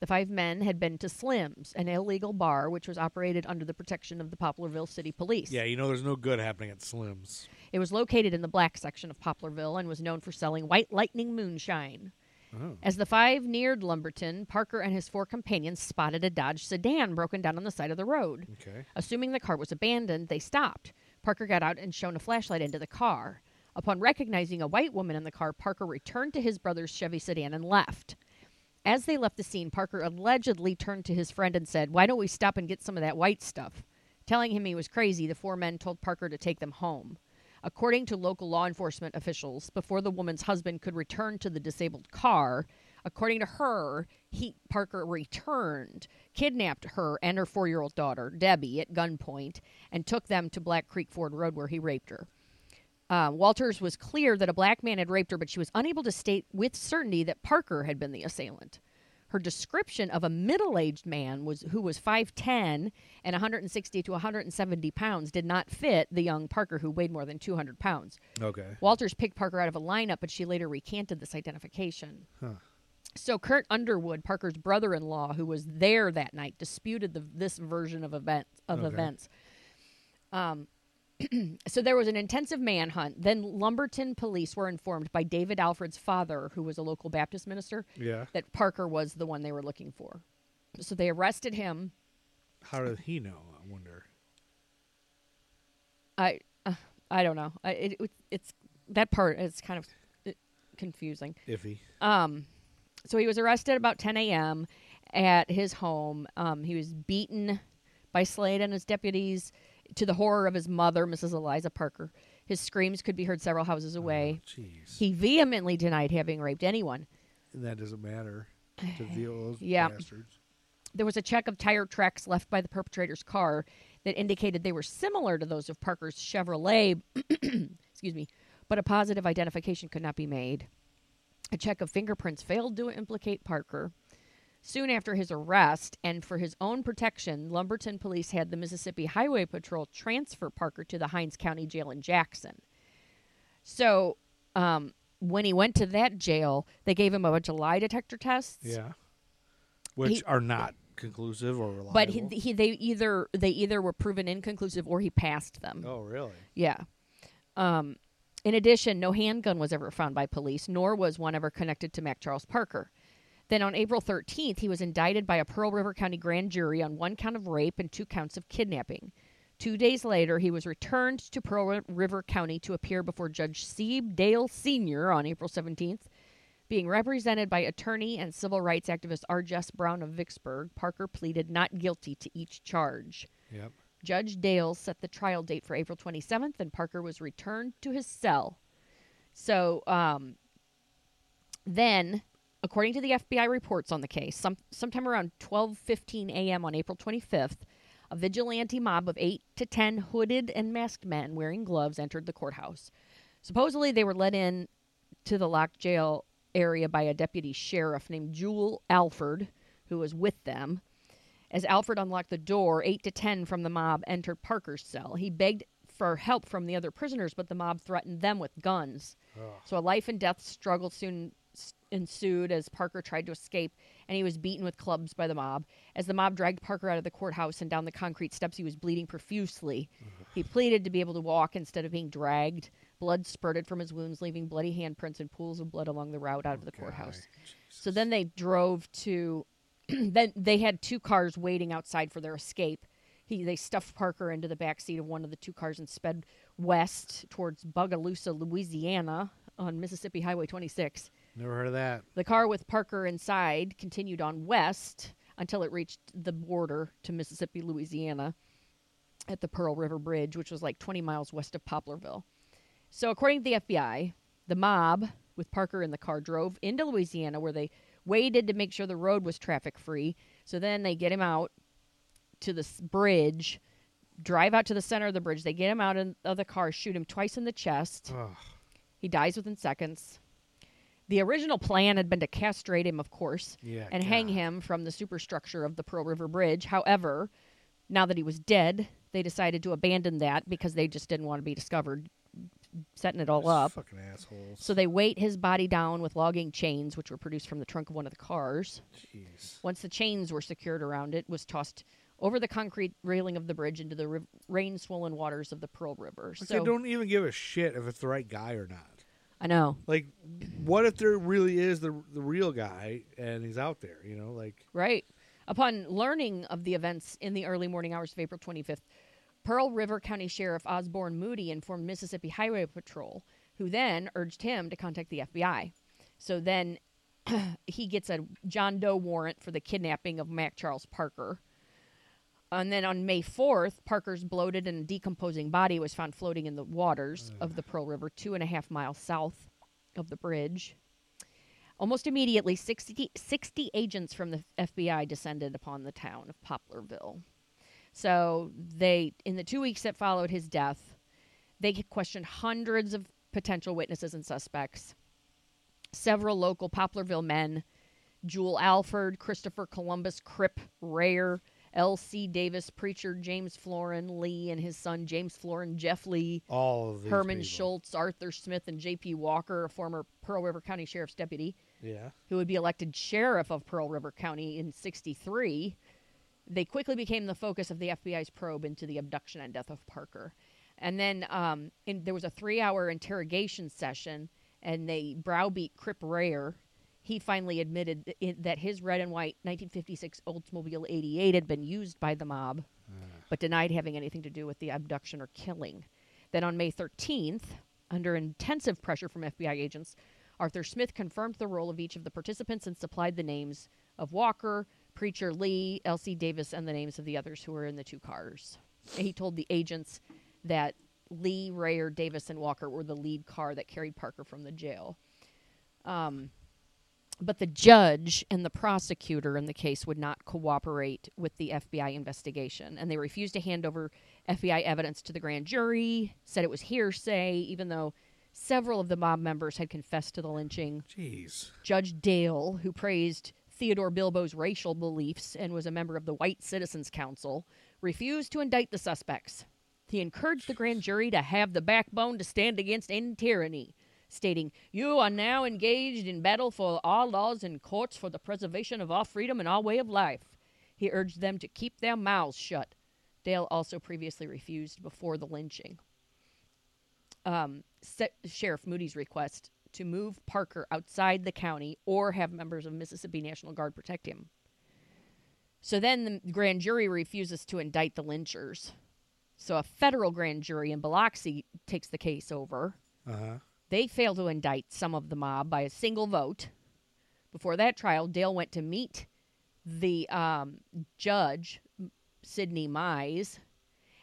C: The five men had been to Slim's, an illegal bar which was operated under the protection of the Poplarville City Police.
D: Yeah, you know, there's no good happening at Slim's.
C: It was located in the black section of Poplarville and was known for selling white lightning moonshine.
D: Oh.
C: As the five neared Lumberton, Parker and his four companions spotted a Dodge sedan broken down on the side of the road.
D: Okay.
C: Assuming the car was abandoned, they stopped. Parker got out and shone a flashlight into the car. Upon recognizing a white woman in the car, Parker returned to his brother's Chevy sedan and left. As they left the scene, Parker allegedly turned to his friend and said, Why don't we stop and get some of that white stuff? Telling him he was crazy, the four men told Parker to take them home. According to local law enforcement officials, before the woman's husband could return to the disabled car, according to her, he Parker returned, kidnapped her and her four-year-old daughter Debbie at gunpoint, and took them to Black Creek Ford Road where he raped her. Uh, Walters was clear that a black man had raped her, but she was unable to state with certainty that Parker had been the assailant. Her description of a middle-aged man was who was 5'10 and 160 to 170 pounds did not fit the young Parker who weighed more than 200 pounds.
D: Okay.
C: Walters picked Parker out of a lineup, but she later recanted this identification. So Kurt Underwood, Parker's brother-in-law, who was there that night, disputed the, this version of events of
D: Okay.
C: events. Um, so there was an intensive manhunt. Then Lumberton police were informed by David Alfred's father, who was a local Baptist minister,
D: Yeah.
C: that Parker was the one they were looking for. So they arrested him.
D: How did he know? I wonder.
C: I uh, I don't know. I, it, it, it's that part is kind of uh, confusing.
D: Iffy.
C: Uh, Um, So he was arrested about 10 a.m. at his home. Um, he was beaten by Slade and his deputies to the horror of his mother, Mrs. Eliza Parker. His screams could be heard several houses away.
D: Jeez.
C: He vehemently denied having raped anyone.
D: that doesn't matter to the those
C: Yeah.
D: bastards.
C: There was a check of tire tracks left by the perpetrator's car that indicated they were similar to those of Parker's Chevrolet. excuse me, but a positive identification could not be made. A check of fingerprints failed to implicate Parker. Soon after his arrest, and for his own protection, Lumberton police had the Mississippi Highway Patrol transfer Parker to the Hines County Jail in Jackson. So, um, when he went to that jail, they gave him a bunch of lie detector tests.
D: Yeah. Which
C: He-
D: are not conclusive or reliable.
C: but he, he they either they either were proven inconclusive or he passed them.
D: oh, really?
C: Yeah. Um, in addition, no handgun was ever found by police, nor was one ever connected to Mac Charles Parker. Then on April 13th, he was indicted by a Pearl River County grand jury on one count of rape and two counts of kidnapping. Two days later, he was returned to Pearl Ri- River County to appear before Judge Seeb Dale Sr. on April 17th. Being represented by attorney and civil rights activist R. Jess Brown of Vicksburg, Parker pleaded not guilty to each charge.
D: Yep.
C: Judge Dale set the trial date for April 27th, and Parker was returned to his cell. So um, then, according to the FBI reports on the case, some, sometime around 12:15 a.m. on April 25th, a vigilante mob of eight to ten hooded and masked men wearing gloves entered the courthouse. Supposedly, they were let in to the locked jail area by a deputy sheriff named Jewel Alford, who was with them. As Alfred unlocked the door, eight to ten from the mob entered Parker's cell. He begged for help from the other prisoners, but the mob threatened them with guns. So a life and death struggle soon s- ensued as Parker tried to escape, and he was beaten with clubs by the mob. As the mob dragged Parker out of the courthouse and down the concrete steps, he was bleeding profusely. He pleaded to be able to walk instead of being dragged. Blood spurted from his wounds, leaving bloody handprints and pools of blood along the route out of the courthouse. So then they drove to. then they had two cars waiting outside for their escape. He they stuffed Parker into the back seat of one of the two cars and sped west towards Bugaloosa, Louisiana, on Mississippi Highway 26.
D: Never heard of that.
C: The car with Parker inside continued on west until it reached the border to Mississippi, Louisiana at the Pearl River Bridge, which was like 20 miles west of Poplarville. So, according to the FBI, the mob with Parker in the car drove into Louisiana where they waited to make sure the road was traffic free. So then they get him out to this bridge, drive out to the center of the bridge. They get him out in- of the car, shoot him twice in the chest.
D: Ugh.
C: He dies within seconds. The original plan had been to castrate him, of course,
D: Yeah,
C: and hang
D: God.
C: him from the superstructure of the Pearl River Bridge. However, now that he was dead, they decided to abandon that because they just didn't want to be discovered setting it all up.
D: Fucking assholes.
C: So they weight his body down with logging chains, which were produced from the trunk of one of the cars.
D: Jeez.
C: Once the chains were secured around it, was tossed over the concrete railing of the bridge into the riv- rain-swollen waters of the Pearl River.
D: Like,
C: so
D: they don't even give a shit if it's the right guy or not.
C: I know,
D: Like, what if there really is the the real guy and he's out there? You know, like
C: Right. Upon learning of the events in the early morning hours of April 25th, Pearl River County Sheriff Osborne Moody informed Mississippi Highway Patrol, who then urged him to contact the FBI. So then he gets a John Doe warrant for the kidnapping of Mac Charles Parker. And then on May 4th, Parker's bloated and decomposing body was found floating in the waters of the Pearl River, two and a half miles south of the bridge. Almost immediately, 60, 60 agents from the FBI descended upon the town of Poplarville. So they, in the two weeks that followed his death, They questioned hundreds of potential witnesses and suspects. Several local Poplarville men, Jewel Alford, Christopher Columbus Cripp Rayer, L.C. Davis Preacher, James Florin Lee, and his son James Florin Jeff Lee,
D: All of these
C: Herman
D: people.
C: Schultz, Arthur Smith, and J.P. Walker, a former Pearl River County Sheriff's deputy
D: Yeah.
C: who would be elected sheriff of Pearl River County in 63, they quickly became the focus of the FBI's probe into the abduction and death of Parker. And then um, in, there was a three hour interrogation session, and they browbeat Crip Rayer. He finally admitted th- i- that his red and white 1956 Oldsmobile 88 had been used by the mob, but denied having anything to do with the abduction or killing. Then on May 13th, under intensive pressure from FBI agents, Arthur Smith confirmed the role of each of the participants and supplied the names of Walker, Preacher Lee, Elsie Davis, and the names of the others who were in the two cars. He told the agents that Lee, Rayer, Davis, and Walker were the lead car that carried Parker from the jail. But the judge and the prosecutor in the case would not cooperate with the FBI investigation, and they refused to hand over FBI evidence to the grand jury, said it was hearsay, even though several of the mob members had confessed to the lynching.
D: Jeez.
C: Judge Dale, who praised Theodore Bilbo's racial beliefs and was a member of the White Citizens Council, refused to indict the suspects. He encouraged the grand jury to have the backbone to stand against any tyranny, stating, You are now engaged in battle for our laws and courts for the preservation of our freedom and our way of life. He urged them to keep their mouths shut. Dale also previously refused before the lynching um, Se- Sheriff Moody's request to move Parker outside the county or have members of Mississippi National Guard protect him. So then the grand jury refuses to indict the lynchers. So a federal grand jury in Biloxi takes the case over.
D: Uh huh.
C: They fail to indict some of the mob by a single vote. Before that trial, Dale went to meet the um, judge, M- Sidney Mize,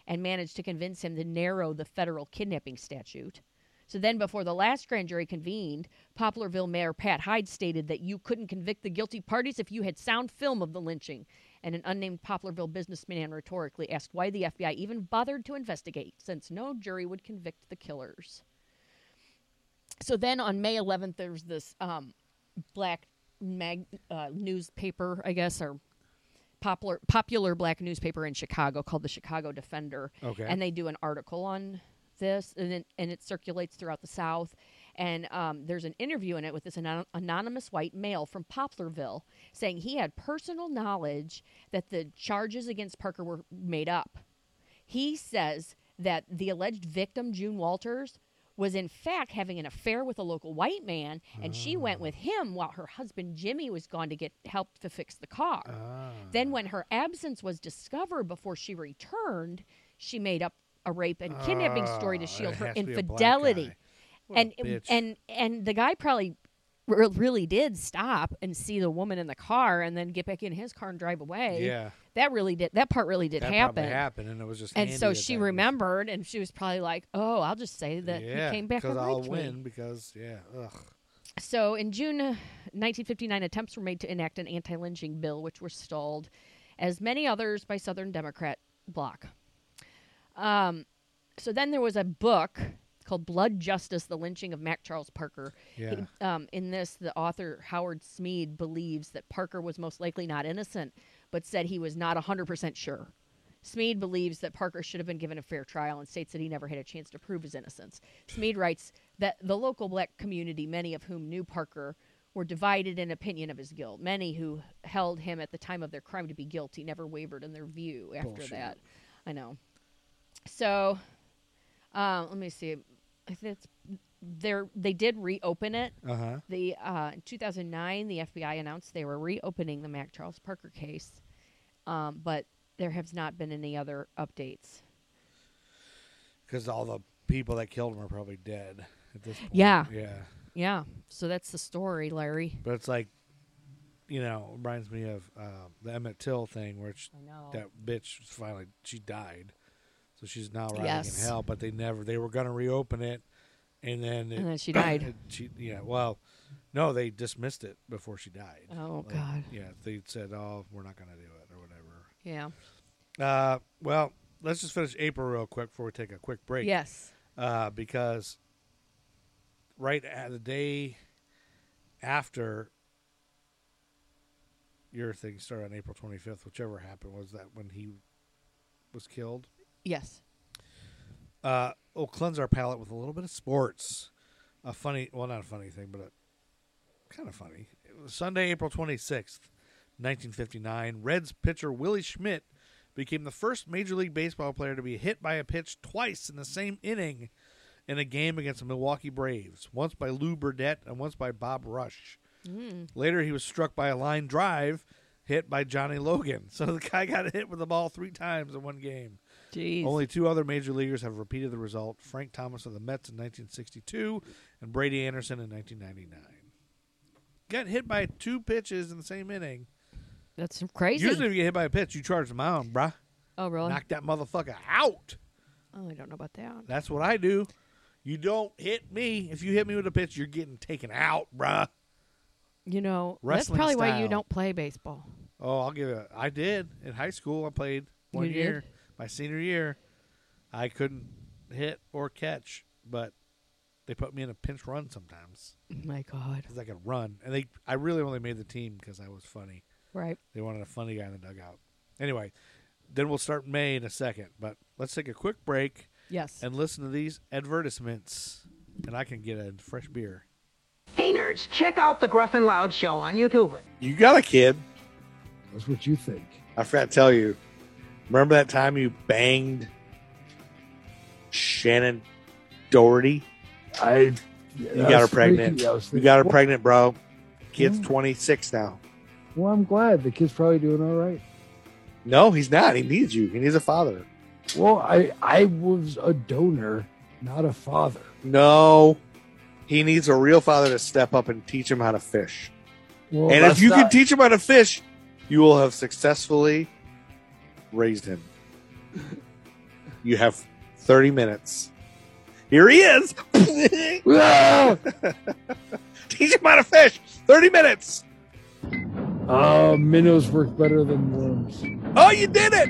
C: and managed to convince him to narrow the federal kidnapping statute. So then, before the last grand jury convened, Poplarville Mayor Pat Hyde stated that you couldn't convict the guilty parties if you had sound film of the lynching. And an unnamed Poplarville businessman rhetorically asked why the FBI even bothered to investigate, since no jury would convict the killers so then on May 11th, there's this um, black mag uh, newspaper, I guess, or popular popular black newspaper in Chicago called the Chicago Defender.
D: Okay.
C: and they do an article on this, and it, and it circulates throughout the South. And um, there's an interview in it with this anon- anonymous white male from Poplarville saying he had personal knowledge that the charges against Parker were made up he says that the alleged victim, June Walters, was in fact having an affair with a local white man, and she went with
D: Ah.
C: him while her husband Jimmy was gone to get help to fix the car.
D: Ah.
C: Then, when her absence was discovered before she returned, she made up a rape and kidnapping story to
D: Ah,
C: shield
D: it
C: her
D: has to be a black
C: infidelity.
D: guy. What a
C: And it-
D: bitch.
C: and and the guy probably re- really did stop and see the woman in the car, and then get back in his car and drive away.
D: Yeah.
C: that really did. That part really did
D: that
C: happen.
D: probably happened, and it was just.
C: And
D: handy
C: so
D: that
C: she
D: that was-
C: remembered, and she was probably like, "Oh, I'll just say that
D: yeah,
C: he came back and
D: because I'll
C: raped me."
D: win because yeah. Ugh.
C: So in June 1959, attempts were made to enact an anti-lynching bill, which were stalled, as many others by Southern Democrat bloc. Um, so then there was a book called Blood Justice: The Lynching of Mac Charles Parker.
D: Yeah.
C: It- um, in this, the author Howard Smead believes that Parker was most likely not innocent, but said he was not 100% sure. Smead believes that Parker should have been given a fair trial and states that he never had a chance to prove his innocence. Smead writes that the local black community, many of whom knew Parker, were divided in opinion of his guilt. Many who held him at the time of their crime to be guilty never wavered in their view after
D: Bullshit.
C: that. I know. So, uh, let me see. I think it's, they're, they did reopen it.
D: Uh huh.
C: The uh, in 2009, the FBI announced they were reopening the Mac Charles Parker case, um, but there has not been any other updates.
D: Because all the people that killed him are probably dead at this point.
C: Yeah.
D: Yeah.
C: Yeah, so that's the story, Larry.
D: But it's like, you know, reminds me of uh, the Emmett Till thing, where it's-
C: I know.
D: that bitch finally she died, so she's now riding
C: Yes.
D: in hell. But they never they were gonna reopen it, and then it,
C: And then she died.
D: it- she yeah well, no they dismissed it before she died.
C: Oh, God.
D: Yeah, they said oh we're not gonna do it or whatever.
C: yeah.
D: Uh, well let's just finish April real quick before we take a quick break.
C: Yes.
D: uh, because right at the day after your thing started on April 25th, whichever happened was that when he was killed.
C: Yes.
D: Uh, we'll cleanse our palate with a little bit of sports. A funny, well, not a funny thing, but a kind of funny. It was Sunday, April 26th, 1959, Reds pitcher Willie Schmidt became the first Major League Baseball player to be hit by a pitch twice in the same inning in a game against the Milwaukee Braves, once by Lou Burdett and once by Bob Rush. Later, he was struck by a line drive hit by Johnny Logan. So the guy got hit with the ball three times in one game.
C: Jeez.
D: Only two other major leaguers have repeated the result Frank Thomas of the Mets in 1962 and Brady Anderson in 1999. Got hit by two pitches in the same inning.
C: That's crazy.
D: Usually, if you get hit by a pitch, you charge the mound, bruh.
C: oh, really?
D: Knock that motherfucker out.
C: oh, I don't know about that.
D: That's what I do. You don't hit me. If you hit me with a pitch, you're getting taken out, bruh.
C: You know,
D: Wrestling
C: that's probably why
D: style.
C: you don't play baseball.
D: Oh, I'll give it. I did in high school. I played one
C: You did?
D: year, my senior year. I couldn't hit or catch, but they put me in a pinch run sometimes
C: My God.
D: because I could run. And they, I really only made the team because I was funny.
C: Right.
D: They wanted a funny guy in the dugout. Anyway, then we'll start May in a second, but let's take a quick break
C: Yes.
D: and listen to these advertisements, and I can get a fresh beer.
E: Hey nerds, check out the Gruff and Loud show on YouTube.
D: You got a kid.
F: That's what you think.
D: I forgot to tell you. Remember that time you banged Shannon Doherty?
F: I. You
D: got her pregnant. You got her pregnant, bro. Kid's
F: Yeah.
D: 26 now.
F: Well, I'm glad the kid's probably doing all right.
D: No, he's not. He needs you. He needs a father.
F: Well, I I was a donor, not a father.
D: No, he needs a real father to step up and teach him how to fish.
F: Well,
D: and if
F: that's
D: you
F: not-
D: can teach him how to fish, you will have successfully raised him. you have 30 minutes. Here he is.
F: Ah!
D: teach him how to fish. 30 minutes.
F: Oh, minnows work better than worms.
D: Oh, you did it.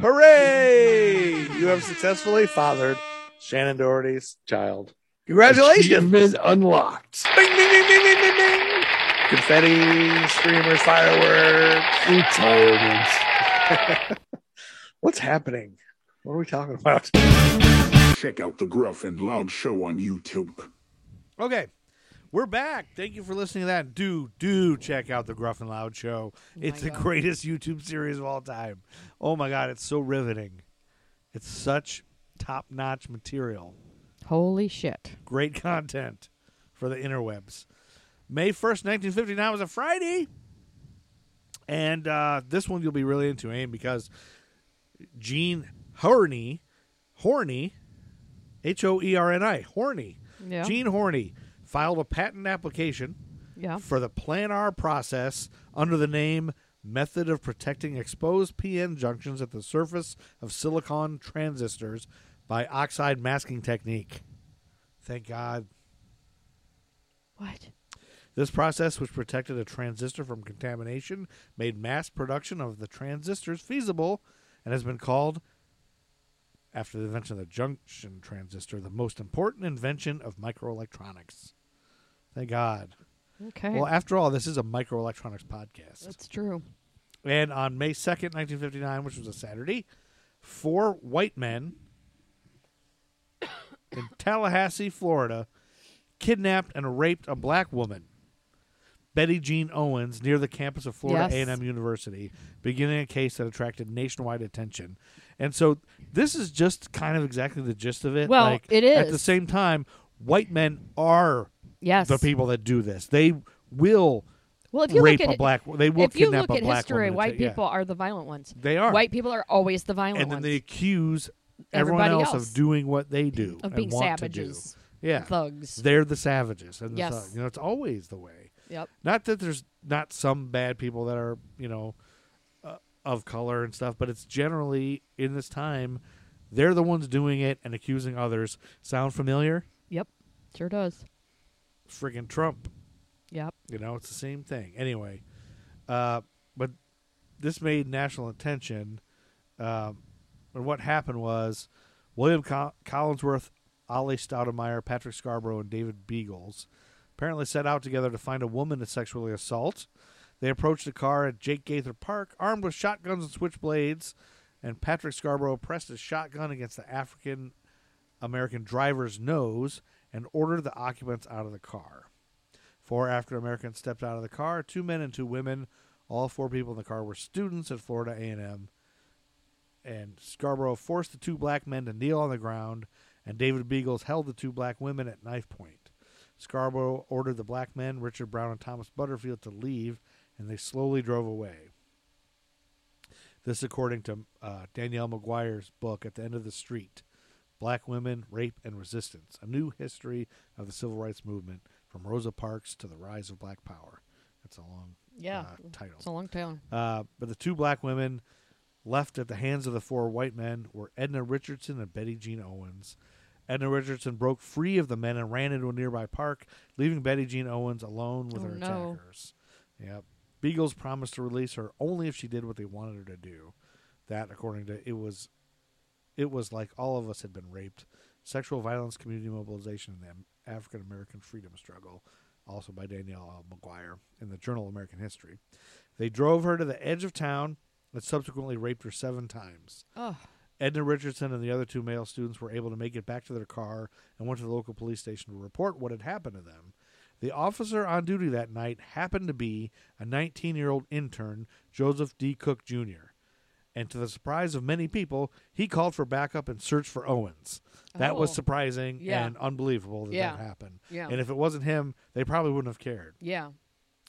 D: Hooray. You have successfully fathered Shannon Doherty's child. Congratulations.
F: Achievement unlocked.
D: Bing, bing, bing, bing, bing, bing, bing. Confetti, streamers, fireworks.
F: Retirement.
D: What's happening? What are we talking about?
G: Check out the Gruff and Loud Show on YouTube.
D: Okay. We're back. Thank you for listening to that. Do do check out the Gruff and Loud show. it's the greatest YouTube series of all time. Oh my god, it's so riveting. It's such top-notch material.
C: Holy shit.
D: Great content for the interwebs. May 1st, 1959 was a Friday. And uh, this one you'll be really into, Aim, because Gene Horney, Horney, H O E R N I, Horney,
C: Yeah.
D: Gene Horney filed a patent application
C: Yeah.
D: for the planar process under the name Method of Protecting Exposed PN Junctions at the Surface of Silicon Transistors by Oxide Masking Technique. Thank God.
C: What?
D: This process, which protected a transistor from contamination, made mass production of the transistors feasible and has been called, after the invention of the junction transistor, the most important invention of microelectronics. Thank God.
C: Okay.
D: Well, after all, this is a microelectronics podcast.
C: that's true.
D: And on May 2nd, 1959, which was a Saturday, four white men in Tallahassee, Florida, kidnapped and raped a black woman, Betty Jean Owens, near the campus of Florida
C: Yes.
D: A&M University, beginning a case that attracted nationwide attention. And so this is just kind of exactly the gist of it.
C: Well,
D: like,
C: it
D: At the
C: is.
D: same time, white men are
C: Yes.
D: the people that do this. They will
C: Well, if you
D: rape
C: look at
D: a black. They will
C: if you
D: kidnap
C: look at
D: a black
C: history,
D: woman and
C: white
D: ta- yeah.
C: people are the violent ones.
D: They are.
C: White people are always the violent
D: and then
C: ones.
D: they accuse everyone
C: Everybody
D: else,
C: else.
D: of doing what they do
C: of
D: and
C: being
D: want
C: savages,
D: to do. Yeah,
C: thugs.
D: They're the savages, and the
C: Yes.
D: thug- you know it's always the way.
C: Yep.
D: Not that there's not some bad people that are you know uh, of color and stuff, but it's generally in this time they're the ones doing it and accusing others. Sound familiar?
C: Yep. Sure does.
D: Friggin' Trump.
C: Yep.
D: You know, it's the same thing. Anyway, uh, but this made national attention. Um, and what happened was William Col- Collinsworth Ollie Stoudemire, Patrick Scarborough, and David Beagles, apparently set out together to find a woman to sexually assault. They approached a car at Jake Gaither Park, armed with shotguns and switchblades, and Patrick Scarborough pressed his shotgun against the African American driver's nose and ordered the occupants out of the car. Four African Americans stepped out of the car, two men and two women. All four people in the car were students at Florida A&M. And Scarborough forced the two black men to kneel on the ground, and David Beagles held the two black women at knife point. Scarborough ordered the black men, Richard Brown and Thomas Butterfield, to leave, and they slowly drove away. This, according to uh, Danielle McGuire's book, At the End of the Street Black Women, Rape, and Resistance A New History of the Civil Rights Movement from Rosa Parks to the Rise of Black Power. That's a long
C: Yeah.
D: uh, title.
C: It's a long tail.
D: Uh, but the two black women left at the hands of the four white men were Edna Richardson and Betty Jean Owens. Edna Richardson broke free of the men and ran into a nearby park, leaving Betty Jean Owens alone with
C: Oh,
D: her
C: no.
D: attackers. Yep. Beagles promised to release her only if she did what they wanted her to do. That, according to it was, it was like all of us had been raped. Sexual violence, community mobilization, and the Am- African American freedom struggle, also by Danielle L. McGuire in the Journal of American History. They drove her to the edge of town and subsequently raped her seven times.
C: Oh,
D: Edna Richardson and the other two male students were able to make it back to their car and went to the local police station to report what had happened to them. The officer on duty that night happened to be a 19 year old intern, Joseph D. Cook Jr. And to the surprise of many people, he called for backup and searched for Owens. That was
C: Oh.
D: surprising
C: Yeah.
D: and unbelievable that
C: Yeah.
D: that happened.
C: Yeah.
D: And if it wasn't him, they probably wouldn't have cared
C: yeah.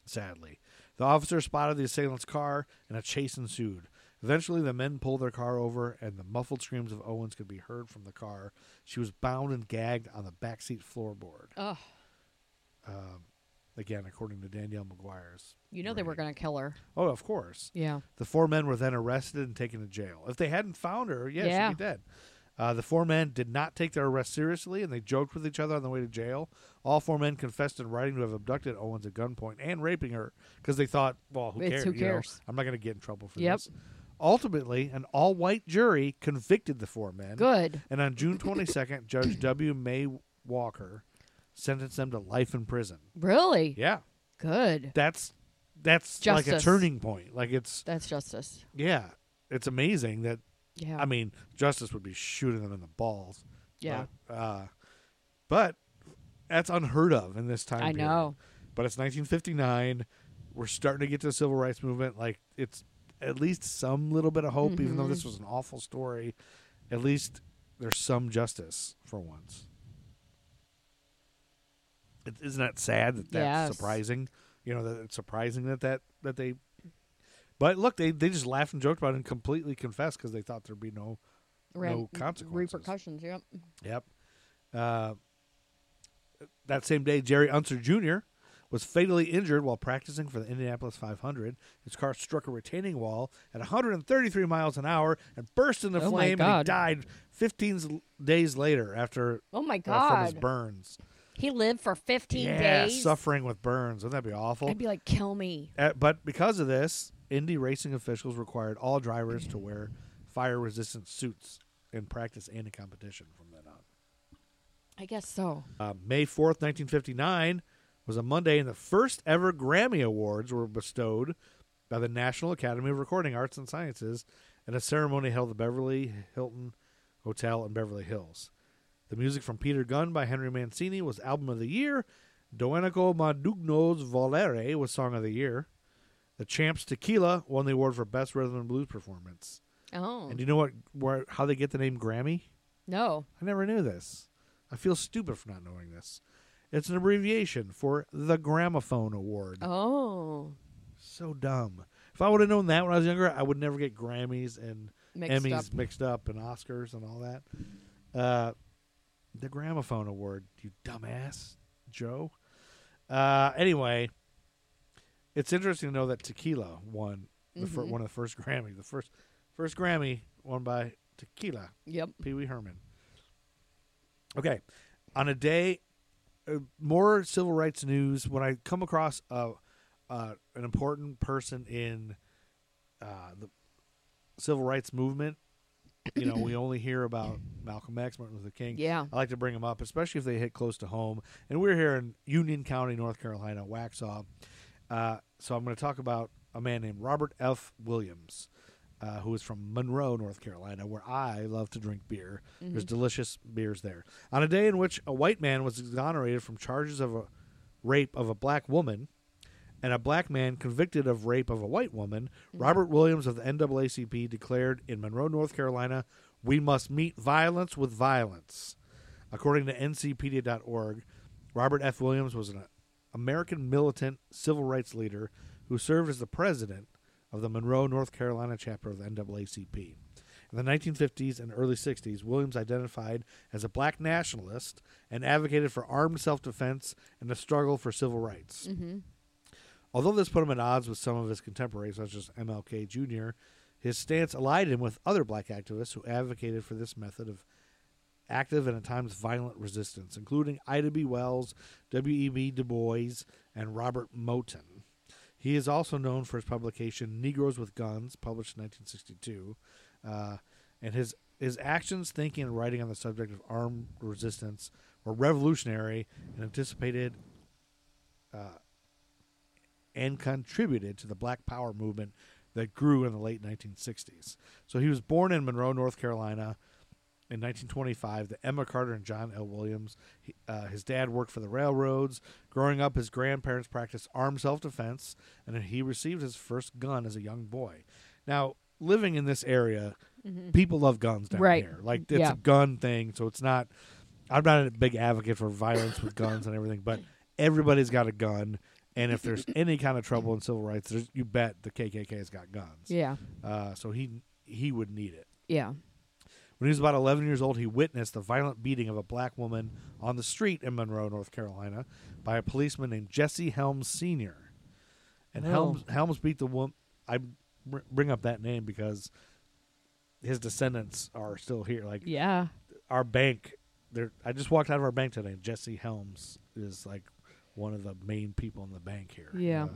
D: sadly. The officer spotted the assailant's car, and a chase ensued. Eventually, the men pulled their car over, and the muffled screams of Owens could be heard from the car. She was bound and gagged on the backseat floorboard.
C: Oh,
D: Again, according to Danielle McGuire's.
C: you know they were going to kill her.
D: Oh, of course.
C: Yeah.
D: The four men were then arrested and taken to jail. If they hadn't found her, yeah,
C: Yeah.
D: she'd be dead. Uh, the four men did not take their arrest seriously, and they joked with each other on the way to jail. All four men confessed in writing to have abducted Owens at gunpoint and raping her because they thought, well, who
C: It's
D: cares?
C: who
D: you know?
C: cares.
D: I'm not going to get in trouble for
C: Yep.
D: this. Ultimately, an all-white jury convicted the four men.
C: Good.
D: And on June 22nd, Judge W. May Walker sentenced them to life in prison.
C: Really?
D: Yeah,
C: Good.
D: that's that's like a
C: Justice.
D: turning point. Like it's
C: That's justice.
D: yeah, it's amazing that
C: Yeah.
D: I mean, justice would be shooting them in the balls.
C: Yeah.
D: But, uh, but that's unheard of in this time.
C: I
D: period.
C: know.
D: But it's 1959. We're starting to get to the civil rights movement. Like it's at least some little bit of hope, even though
C: Mm-hmm.
D: this was an awful story. At least there's some justice for once. It, isn't that sad that that's
C: Yes.
D: surprising? You know, that it's surprising that that that they. But look, they they just laughed and joked about it and completely confessed because they thought there'd be no
C: Re-
D: no consequences.
C: Repercussions. Yep.
D: Yep. Uh, that same day, Jerry Unser Jr. was fatally injured while practicing for the Indianapolis 500. His car struck a retaining wall at 133 miles an hour and burst into
C: Oh my
D: flame. And he
C: God.
D: died 15 s- days later after
C: Oh my
D: uh, from his
C: God.
D: burns.
C: He lived for 15
D: yeah,
C: days.
D: suffering with burns. Wouldn't that be awful?
C: I'd be like, kill me.
D: Uh, but because of this, Indy racing officials required all drivers to wear fire-resistant suits in practice and in competition from then on.
C: I guess so.
D: Uh, May 4th, 1959 was a Monday, and the first ever Grammy Awards were bestowed by the National Academy of Recording Arts and Sciences in a ceremony held at the Beverly Hilton Hotel in Beverly Hills. The music from Peter Gunn by Henry Mancini was Album of the Year. Domenico Modugno's Volere was Song of the Year. The Champs Tequila won the award for Best Rhythm and Blues Performance.
C: Oh.
D: And do you know what? Where, how they get the name Grammy?
C: no.
D: I never knew this. I feel stupid for not knowing this. It's an abbreviation for the Gramophone Award.
C: Oh.
D: So dumb. If I would have known that when I was younger, I would never get Grammys and
C: Mixed
D: Emmys
C: up.
D: mixed up and Oscars and all that. Uh, the Gramophone Award, you dumbass, Joe. Uh, anyway, it's interesting to know that Tequila won the fir-
C: Mm-hmm.
D: one of the first Grammy. The first first Grammy won by Tequila.
C: Yep.
D: Pee Wee Herman. Okay, on a day, uh, more civil rights news. When I come across a, uh, an important person in uh, the civil rights movement, you know, we only hear about Malcolm X, Martin Luther King.
C: Yeah.
D: I like to bring them up, especially if they hit close to home. And we're here in Union County, North Carolina, Waxhaw. Uh, so I'm going to talk about a man named Robert F. Williams, uh, who is from Monroe, North Carolina, where I love to drink beer. There's delicious beers there. On a day in which a white man was exonerated from charges of a rape of a black woman, and a black man convicted of rape of a white woman, Robert Williams of the NAACP declared in Monroe, North Carolina, we must meet violence with violence. According to ncpedia.org, Robert F. Williams was an American militant civil rights leader who served as the president of the Monroe, North Carolina chapter of the NAACP. In the 1950s and early 60s, Williams identified as a black nationalist and advocated for armed self defense and the struggle for civil rights. Although this put him at odds with some of his contemporaries, such as MLK Jr., his stance allied him with other black activists who advocated for this method of active and at times violent resistance, including Ida B. Wells, W.E.B. Du Bois, and Robert Moton. He is also known for his publication Negroes with Guns, published in 1962, uh, and his his actions, thinking, and writing on the subject of armed resistance were revolutionary and anticipated and contributed to the Black Power movement that grew in the late 1960s. So he was born in Monroe, North Carolina. In 1925, to Emma Carter and John L. Williams. He, uh, his dad worked for the railroads. Growing up, his grandparents practiced armed self defense, and he received his first gun as a young boy. Now, living in this area, people love guns down
C: Mm-hmm. Right.
D: here. Like, it's
C: Yeah.
D: a gun thing, so it's not. I'm not a big advocate for violence with guns and everything, but everybody's got a gun. And if there's any kind of trouble in civil rights, there's, you bet the KKK's got guns.
C: Yeah.
D: Uh, so he he would need it.
C: Yeah.
D: When he was about 11 years old, he witnessed the violent beating of a black woman on the street in Monroe, North Carolina, by a policeman named Jesse Helms Sr. And
C: Oh.
D: Helms Helms beat the woman. I br- bring up that name because his descendants are still here. Like
C: Yeah.
D: our bank there I just walked out of our bank today and Jesse Helms is like one of the main people in the bank here.
C: Yeah.
D: Uh,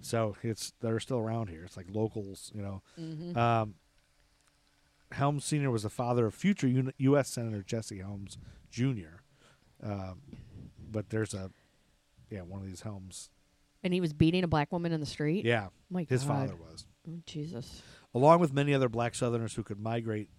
D: so it's they're still around here. It's like locals, you know.
C: Mm-hmm.
D: Um, Helms Sr. was the father of future Uni- U.S. Senator Jesse Helms Jr. Um, but there's a, yeah, one of these Helms.
C: And he was beating a black woman in the street.
D: Yeah,
C: My
D: his
C: God.
D: father was.
C: Oh, Jesus.
D: along with many other black Southerners who could migrate,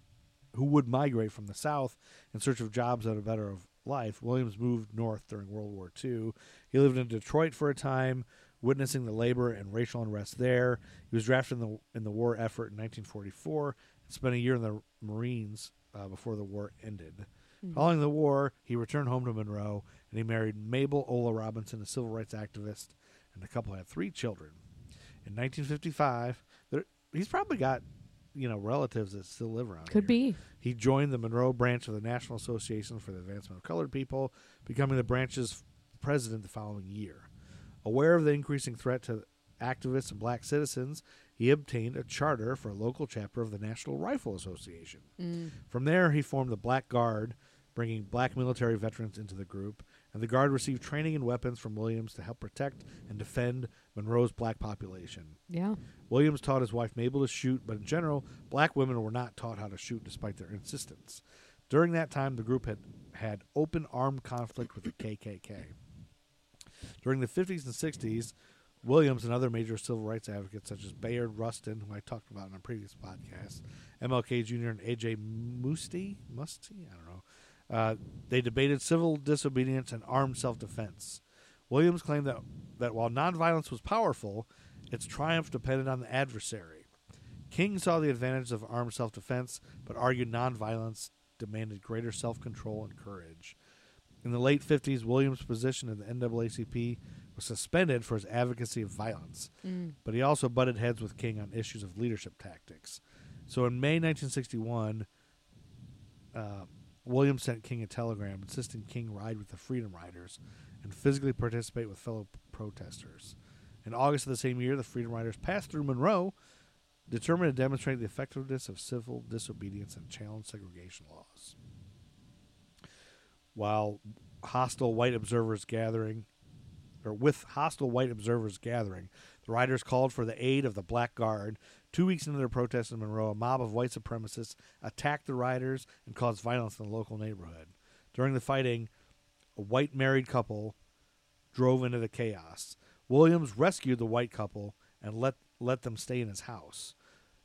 D: who would migrate from the South in search of jobs and a better of life. Williams moved north during World War II. He lived in Detroit for a time, witnessing the labor and racial unrest there. He was drafted in the in the war effort in 1944 and spent a year in the Marines uh, before the war ended. Following the war, he returned home to Monroe and he married Mabel Ola Robinson, a civil rights activist, and the couple had three children. In 1955, there, he's probably got, you know, relatives that still live around.
C: Could
D: here.
C: be.
D: He joined the Monroe branch of the National Association for the Advancement of Colored People, becoming the branch's president the following year. Aware of the increasing threat to activists and black citizens, he obtained a charter for a local chapter of the National Rifle Association. From there, he formed the Black Guard, bringing black military veterans into the group, and the Guard received training and weapons from Williams to help protect and defend Monroe's black population.
C: Yeah.
D: Williams taught his wife Mabel to shoot, but in general, black women were not taught how to shoot despite their insistence. During that time, the group had had open armed conflict with the KKK. During the 50s and 60s, Williams and other major civil rights advocates such as Bayard Rustin, who I talked about in a previous podcast, MLK Jr., and A.J. Musty, Musty, I don't know, uh, they debated civil disobedience and armed self defense. Williams claimed that, that while nonviolence was powerful, its triumph depended on the adversary. King saw the advantage of armed self defense, but argued nonviolence demanded greater self control and courage. In the late 50s, Williams' position in the NAACP was suspended for his advocacy of violence, but he also butted heads with King on issues of leadership tactics. So in May 1961, Williams sent King a telegram insisting King ride with the Freedom Riders and physically participate with fellow p- protesters. In August of the same year, the Freedom Riders passed through Monroe, determined to demonstrate the effectiveness of civil disobedience and challenge segregation laws. While hostile white observers gathering, or with hostile white observers gathering, The rioters called for the aid of the Black Guard. Two weeks into their protests in Monroe, a mob of white supremacists attacked the rioters and caused violence in the local neighborhood. During the fighting, a white married couple drove into the chaos. Williams rescued the white couple and let let them stay in his house.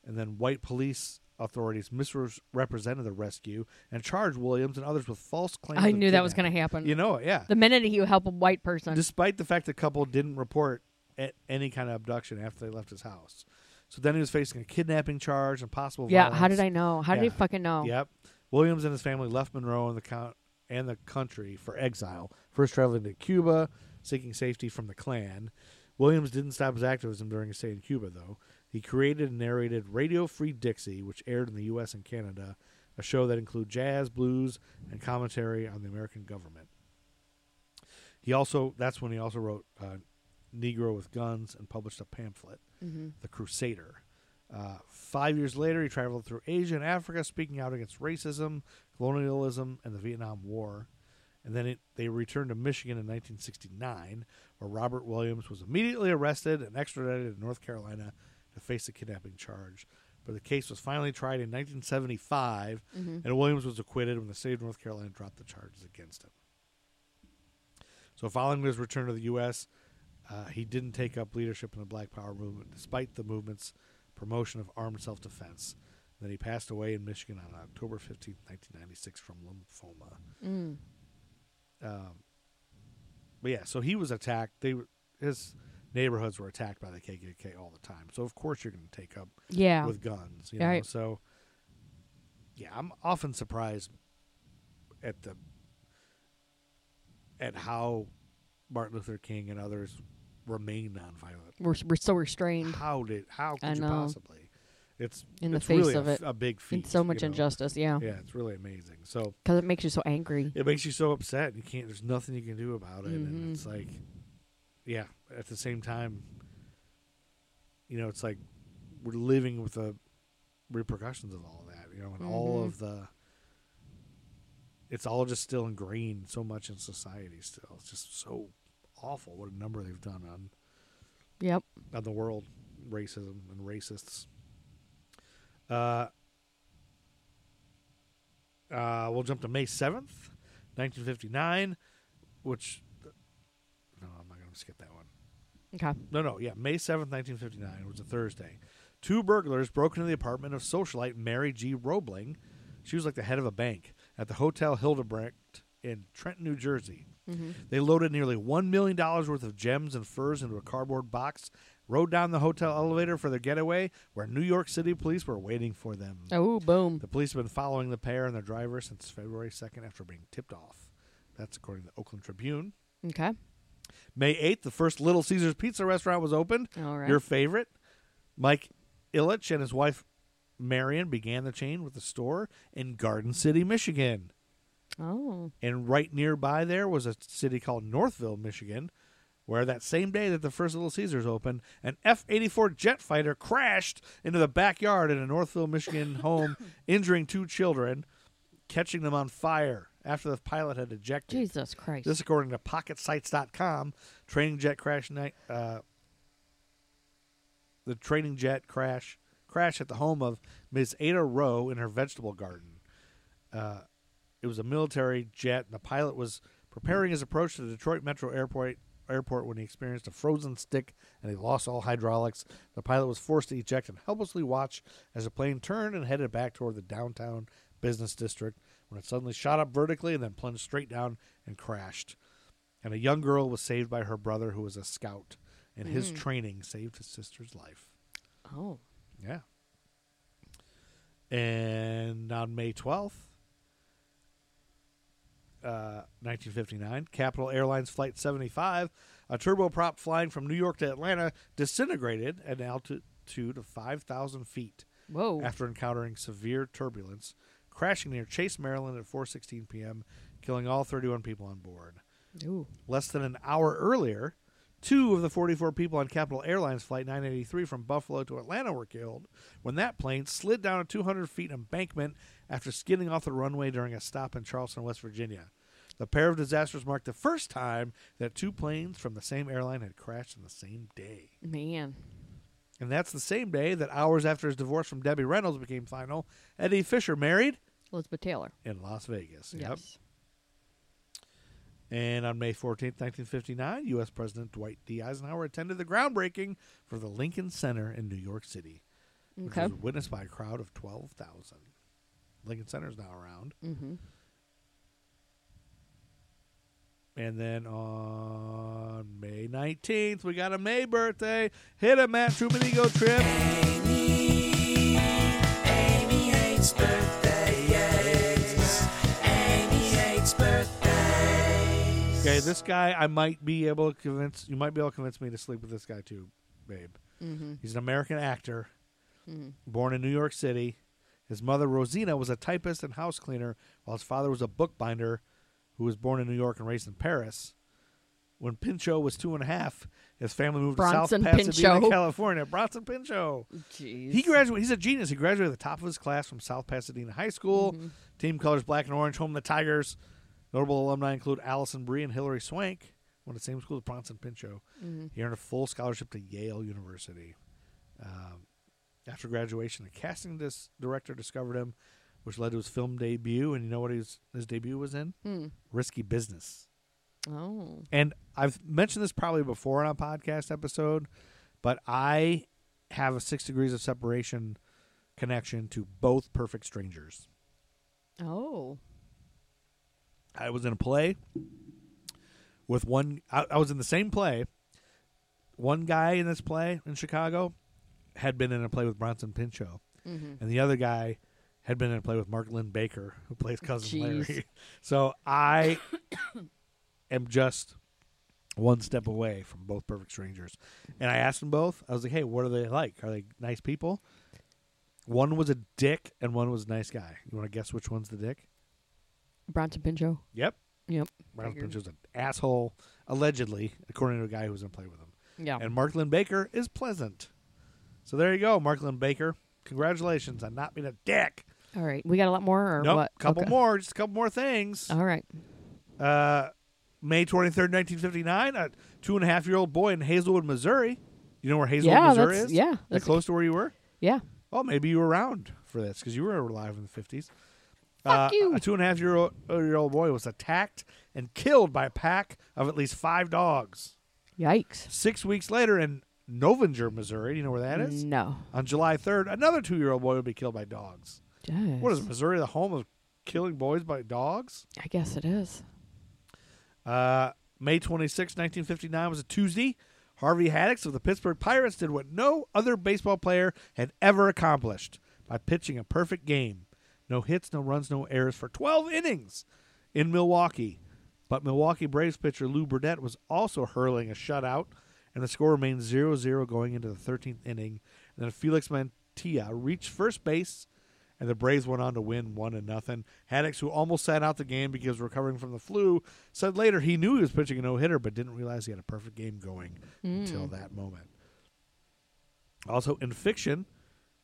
D: And then white police authorities misrepresented the rescue and charged Williams and others with false claims.
C: I
D: of
C: knew that was going to
D: kidnapping.
C: happen.
D: You know it, yeah.
C: the minute you help a white person,
D: Despite the fact the couple didn't report a- any kind of abduction after they left his house. So then he was facing a kidnapping charge and possible
C: yeah.
D: violence.
C: How did I know? How did he
D: Yeah.
C: fucking know?
D: Yep. Williams and his family left Monroe and the count and the country for exile, first traveling to Cuba, seeking safety from the Klan. Williams didn't stop his activism during his stay in Cuba, though. He created and narrated Radio Free Dixie, which aired in the U.S. and Canada, a show that included jazz, blues, and commentary on the American government. He also that's when he also wrote uh, Negro with Guns and published a pamphlet, The Crusader. Uh, five years later, he traveled through Asia and Africa, speaking out against racism, colonialism, and the Vietnam War. And then it, they returned to Michigan in 1969, where Robert Williams was immediately arrested and extradited to North Carolina to face a kidnapping charge. But the case was finally tried in 1975, and Williams was acquitted when the state of North Carolina dropped the charges against him. So, following his return to the U.S., uh, he didn't take up leadership in the Black Power movement, despite the movement's promotion of armed self defense. Then he passed away in Michigan on October 15, 1996, from lymphoma. Um, but yeah, so he was attacked. They were- His neighborhoods were attacked by the KKK all the time. So, of course, you're going to take up
C: Yeah.
D: with guns. You know?
C: Right.
D: So, yeah, I'm often surprised at the at how Martin Luther King and others remain nonviolent.
C: we're, we're so restrained
D: How did how could
C: I
D: you
C: know.
D: possibly? It's
C: in the
D: it's
C: face
D: really
C: of
D: a,
C: it.
D: a big feat.
C: It's so much
D: you know?
C: injustice. Yeah.
D: Yeah, it's really amazing. So
C: Because it makes you so angry.
D: it makes you so upset. You can't. There's nothing you can do about it. And it's like, yeah. At the same time, you know, it's like we're living with the repercussions of all that. You know, and all of the. It's all just still ingrained so much in society. Still, it's just so awful. What a number they've done on
C: Yep.
D: on the world, racism and racists. Uh, uh, we'll jump to May seventh, nineteen fifty nine, which no, I'm not going to skip that one.
C: Okay.
D: No, no, yeah, May seventh, nineteen fifty nine was a Thursday. Two burglars broke into the apartment of socialite Mary G. Roebling. She was like the head of a bank at the Hotel Hildebrandt in Trenton, New Jersey. They loaded nearly $1 million worth of gems and furs into a cardboard box, rode down the hotel elevator for their getaway, where New York City police were waiting for them.
C: Oh, boom.
D: The police have been following the pair and their driver since February 2nd after being tipped off. That's according to the Oakland Tribune.
C: Okay.
D: May 8th, the first Little Caesars Pizza restaurant was opened.
C: All right.
D: Your favorite. Mike Illich and his wife Marion began the chain with a store in Garden City, Michigan.
C: Oh.
D: And right nearby there was a city called Northville, Michigan, where that same day that the first Little Caesars opened, an F 84 jet fighter crashed into the backyard in a Northville, Michigan home, injuring two children, catching them on fire after the pilot had ejected.
C: Jesus Christ.
D: This, according to PocketSites.com, training jet crash night. Uh, the training jet crash crash at the home of Ms. Ada Rowe in her vegetable garden. Uh, it was a military jet, and the pilot was preparing his approach to the Detroit Metro Airport. Airport when he experienced a frozen stick and he lost all hydraulics. The pilot was forced to eject and helplessly watch as the plane turned and headed back toward the downtown business district when it suddenly shot up vertically and then plunged straight down and crashed. And a young girl was saved by her brother, who was a scout, and his training saved his sister's life.
C: oh.
D: Yeah. And on May 12th, uh, 1959, Capital Airlines Flight 75, a turboprop flying from New York to Atlanta, disintegrated at an altitude of 5,000 feet
C: Whoa.
D: after encountering severe turbulence, crashing near Chase, Maryland at 4:16 p.m., killing all 31 people on board.
C: Ooh.
D: Less than an hour earlier, two of the 44 people on Capital Airlines Flight 983 from Buffalo to Atlanta were killed when that plane slid down a 200 feet embankment after skidding off the runway during a stop in Charleston, West Virginia. The pair of disasters marked the first time that two planes from the same airline had crashed on the same day.
C: Man.
D: And that's the same day that hours after his divorce from Debbie Reynolds became final, Eddie Fisher married
C: Elizabeth Taylor.
D: in Las Vegas.
C: Yes.
D: And on May 14th, 1959, U.S. President Dwight D. Eisenhower attended the groundbreaking for the Lincoln Center in New York City, which
C: Okay.
D: was witnessed by a crowd of 12,000. Lincoln Center is now around.
C: Mm-hmm.
D: And then on May 19th, we got a May birthday. Hit a Matt Truman Ego Trip. Okay, this guy, I might be able to convince, you might be able to convince me to sleep with this guy too, babe.
C: Mm-hmm.
D: He's an American actor, born in New York City. His mother, Rosina, was a typist and house cleaner, while his father was a bookbinder who was born in New York and raised in Paris. When Pinchot was two and a half, his family moved
C: Bronson
D: to South Pasadena,
C: Pinchot.
D: California. Bronson Pinchot.
C: Jeez.
D: He graduated. He's a genius. He graduated at the top of his class from South Pasadena High School. Team colors black and orange. Home of the Tigers. Notable alumni include Allison Bree and Hillary Swank. Went to the same school as Bronson Pinchot. He earned a full scholarship to Yale University. Um, after graduation, a casting dis- director discovered him, which led to his film debut. And you know what his his debut was in? Risky Business
C: oh.
D: and I've mentioned this probably before on a podcast episode, but I have a six degrees of separation connection to both Perfect Strangers.
C: Oh.
D: I was in a play with one. I, I was in the same play. One guy in this play in Chicago had been in a play with Bronson Pinchot, and the other guy had been in a play with Mark Lynn Baker, who plays cousin
C: Jeez.
D: Larry. So I am just one step away from both perfect strangers, and I asked them both. I was like, "Hey, what are they like? Are they nice people?" One was a dick, and one was a nice guy. You want to guess which one's the dick?
C: Bronson Pinchot.
D: Yep,
C: Yep.
D: Brown
C: Figured.
D: Pinch was an asshole, allegedly, according to a guy who was in play with him.
C: Yeah.
D: And Mark Lynn Baker is pleasant. So there you go, Mark Lynn Baker. Congratulations on not being a dick.
C: All right. We got a lot more or
D: Nope,
C: what?
D: couple
C: Okay. Uh-huh.
D: more, just a couple more things.
C: All right.
D: Uh, May 23rd, 1959, a two and a half year old boy in Hazelwood, Missouri. You know where Hazelwood,
C: Yeah,
D: Missouri
C: that's-
D: is?
C: yeah,
D: Is that
C: that's-
D: close to where you were?
C: Yeah.
D: Oh, maybe you were around for this because you were alive in the fifties.
C: Fuck
D: uh,
C: you.
D: A two and a half year old, year old boy was attacked and killed by a pack of at least five dogs.
C: Yikes.
D: Six weeks later in Novinger, Missouri, do you know where that is?
C: No.
D: On July third, another two year old boy would be killed by dogs. What is
C: Jeez.
D: Missouri the home of killing boys by dogs?
C: I guess it is.
D: Uh, May 26, 1959 was a Tuesday. Harvey Haddix of the Pittsburgh Pirates did what no other baseball player had ever accomplished by pitching a perfect game. No hits, no runs, no errors for 12 innings in Milwaukee. But Milwaukee Braves pitcher Lou Burdett was also hurling a shutout, and the score remained 0 0 going into the 13th inning. And then Felix Mantilla reached first base and the Braves went on to win one to nothing. Haddix, who almost sat out the game because recovering from the flu, said later he knew he was pitching a no hitter, but didn't realize he had a perfect game going until that moment. Also in fiction,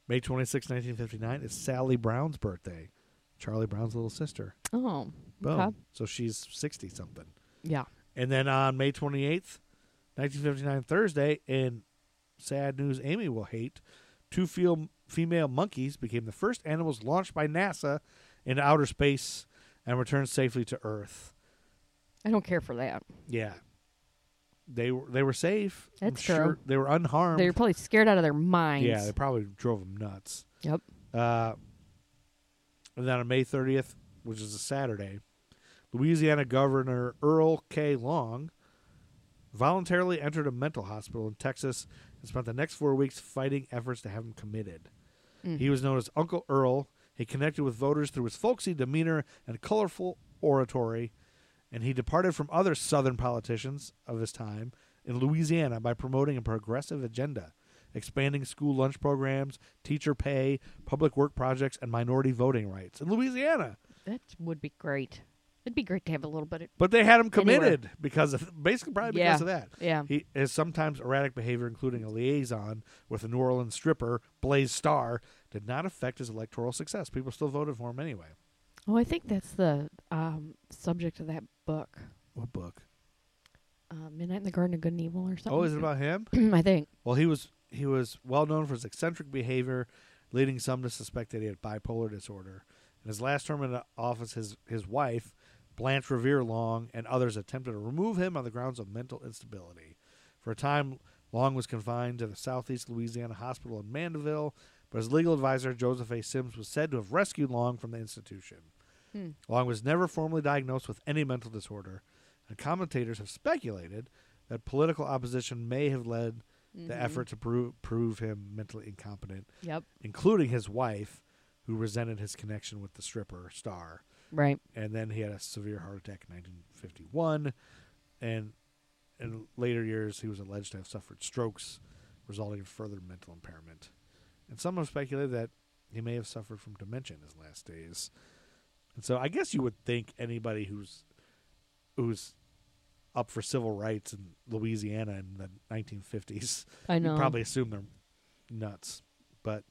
D: May 26, 1959 is Sally Brown's birthday, Charlie Brown's little sister.
C: Oh.
D: Boom.
C: Okay.
D: So she's 60 something.
C: Yeah.
D: And then on May 28th, 1959, Thursday, in sad news Amy will hate, two feel- female monkeys became the first animals launched by NASA into outer space and returned safely to Earth.
C: I don't care for that.
D: Yeah. They were they were safe. I'm
C: That's
D: sure
C: true.
D: They were unharmed.
C: They're probably scared out of their minds.
D: Um, yeah, they probably drove them nuts.
C: Yep.
D: Uh, and then on May 30th, which is a Saturday, Louisiana Governor Earl K. Long voluntarily entered a mental hospital in Texas and spent the next four weeks fighting efforts to have him committed. He was known as Uncle Earl. He connected with voters through his folksy demeanor and colorful oratory, and he departed from other Southern politicians of his time in Louisiana by promoting a progressive agenda, expanding school lunch programs, teacher pay, public work projects, and minority voting rights in Louisiana.
C: That would be great. It'd be great to have a little bit of
D: But they had him
C: Anywhere.
D: committed because of basically probably because
C: Yeah.
D: of that.
C: Yeah.
D: He his sometimes erratic behavior, including a liaison with a New Orleans stripper, Blaze Starr, did not affect his electoral success. People still voted for him anyway.
C: Oh, I think that's the um, subject of that book,
D: What book?
C: uh, Midnight in the Garden of Good and Evil, or something.
D: Oh, is it about him?
C: I think.
D: Well, he was he was well known for his eccentric behavior, leading some to suspect that he had bipolar disorder. In his last term in office, his his wife, Blanche Revere Long, and others attempted to remove him on the grounds of mental instability. For a time, Long was confined to the Southeast Louisiana Hospital in Mandeville, but his legal advisor, Joseph A. Sims, was said to have rescued Long from the institution. Long was never formally diagnosed with any mental disorder, and commentators have speculated that political opposition may have led the effort to prove, prove him mentally incompetent,
C: Yep.
D: including his wife, who resented his connection with the stripper star.
C: Right.
D: And then he had a severe heart attack in 1951, and in later years he was alleged to have suffered strokes, resulting in further mental impairment. And some have speculated that he may have suffered from dementia in his last days. And so I guess you would think anybody who's who's up for civil rights in Louisiana in the 1950s,
C: I
D: you'd
C: know.
D: probably assume they're nuts, but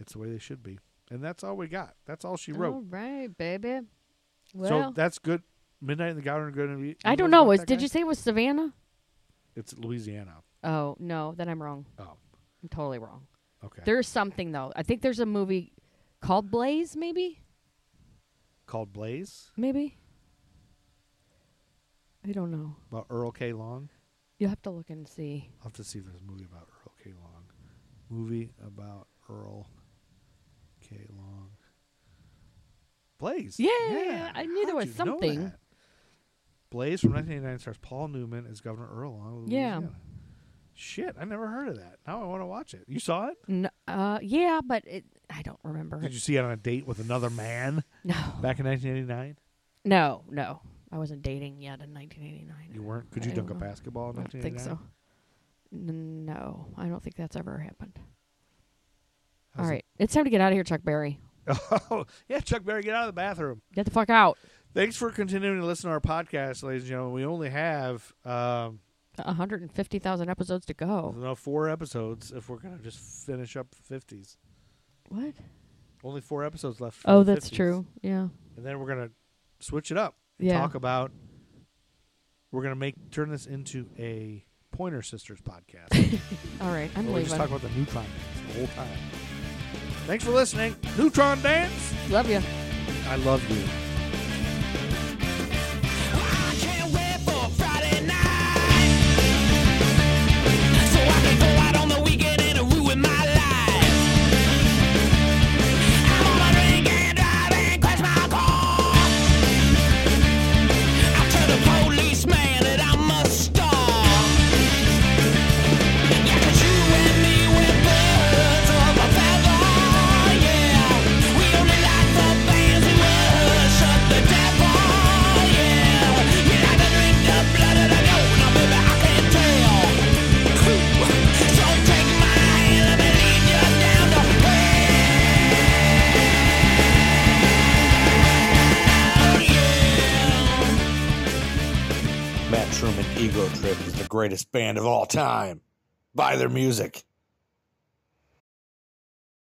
D: it's the way they should be. And that's all we got. That's all she wrote.
C: All right, baby.
D: so
C: Well,
D: that's good. Midnight in the Garden of Good. and Evil
C: I don't
D: is
C: know.
D: about
C: Was,
D: that
C: did
D: guy?
C: you say it was Savannah?
D: It's Louisiana.
C: Oh no, then I'm wrong.
D: Oh,
C: I'm totally wrong.
D: okay.
C: There's something though. I think there's a movie called Blaze, maybe,
D: Called Blaze
C: maybe. I don't know.
D: about Earl K. Long.
C: You have to look and see.
D: I'll have to see if there's a movie about Earl K. Long. Movie about Earl K. Long. Blaze.
C: Yeah, I knew there
D: How'd
C: was
D: you know
C: something.
D: that? Blaze from 1989 stars Paul Newman as Governor Earl Long. of
C: Yeah.
D: Louisiana. Shit, I never heard of that. Now I want to watch it. You saw it?
C: N- uh, yeah, but it, I don't remember.
D: Did you see it on a date with another man
C: No,
D: back in 1989?
C: no, no. I wasn't dating yet in 1989.
D: You weren't. Could you
C: I
D: dunk a
C: don't know.
D: basketball in
C: I don't think
D: 1989?
C: so. N- No, I don't think that's ever happened. All
D: How's
C: right, it's time to get out of here, Chuck Berry.
D: Oh, yeah, Chuck Berry, get out of the bathroom.
C: Get the fuck out.
D: Thanks for continuing to listen to our podcast, ladies and gentlemen. We only have um,
C: A 150,000 episodes to
D: I
C: go.
D: don't know, four episodes if we're going to just finish up 50s.
C: What?
D: Only four episodes left. for
C: Oh,
D: the
C: that's
D: 50s.
C: true. Yeah.
D: And then we're going to switch it up. and
C: Yeah.
D: Talk about. We're going to make turn this into a Pointer Sisters podcast.
C: All right, I'm
D: where we just
C: leaving.
D: talk about the neutron dance the whole time. Thanks for listening. Neutron dance.
C: Love you.
D: I love you.
B: I can't wait for Friday night, so I can go out on the weekend and ruin my life. I wanna drink and drive and crash my car. I'll tell the policeman that I'm a star. Yeah, 'cause you and me were birds of a feather. Yeah, we only like the bands we worship the devil. Yeah, we like to drink the blood of the goat. Now, baby, I can't tell. So take my hand, let me lead you down the hell. Yeah.
H: Matt Truman Ego Trip is the greatest band of all time. Buy their music.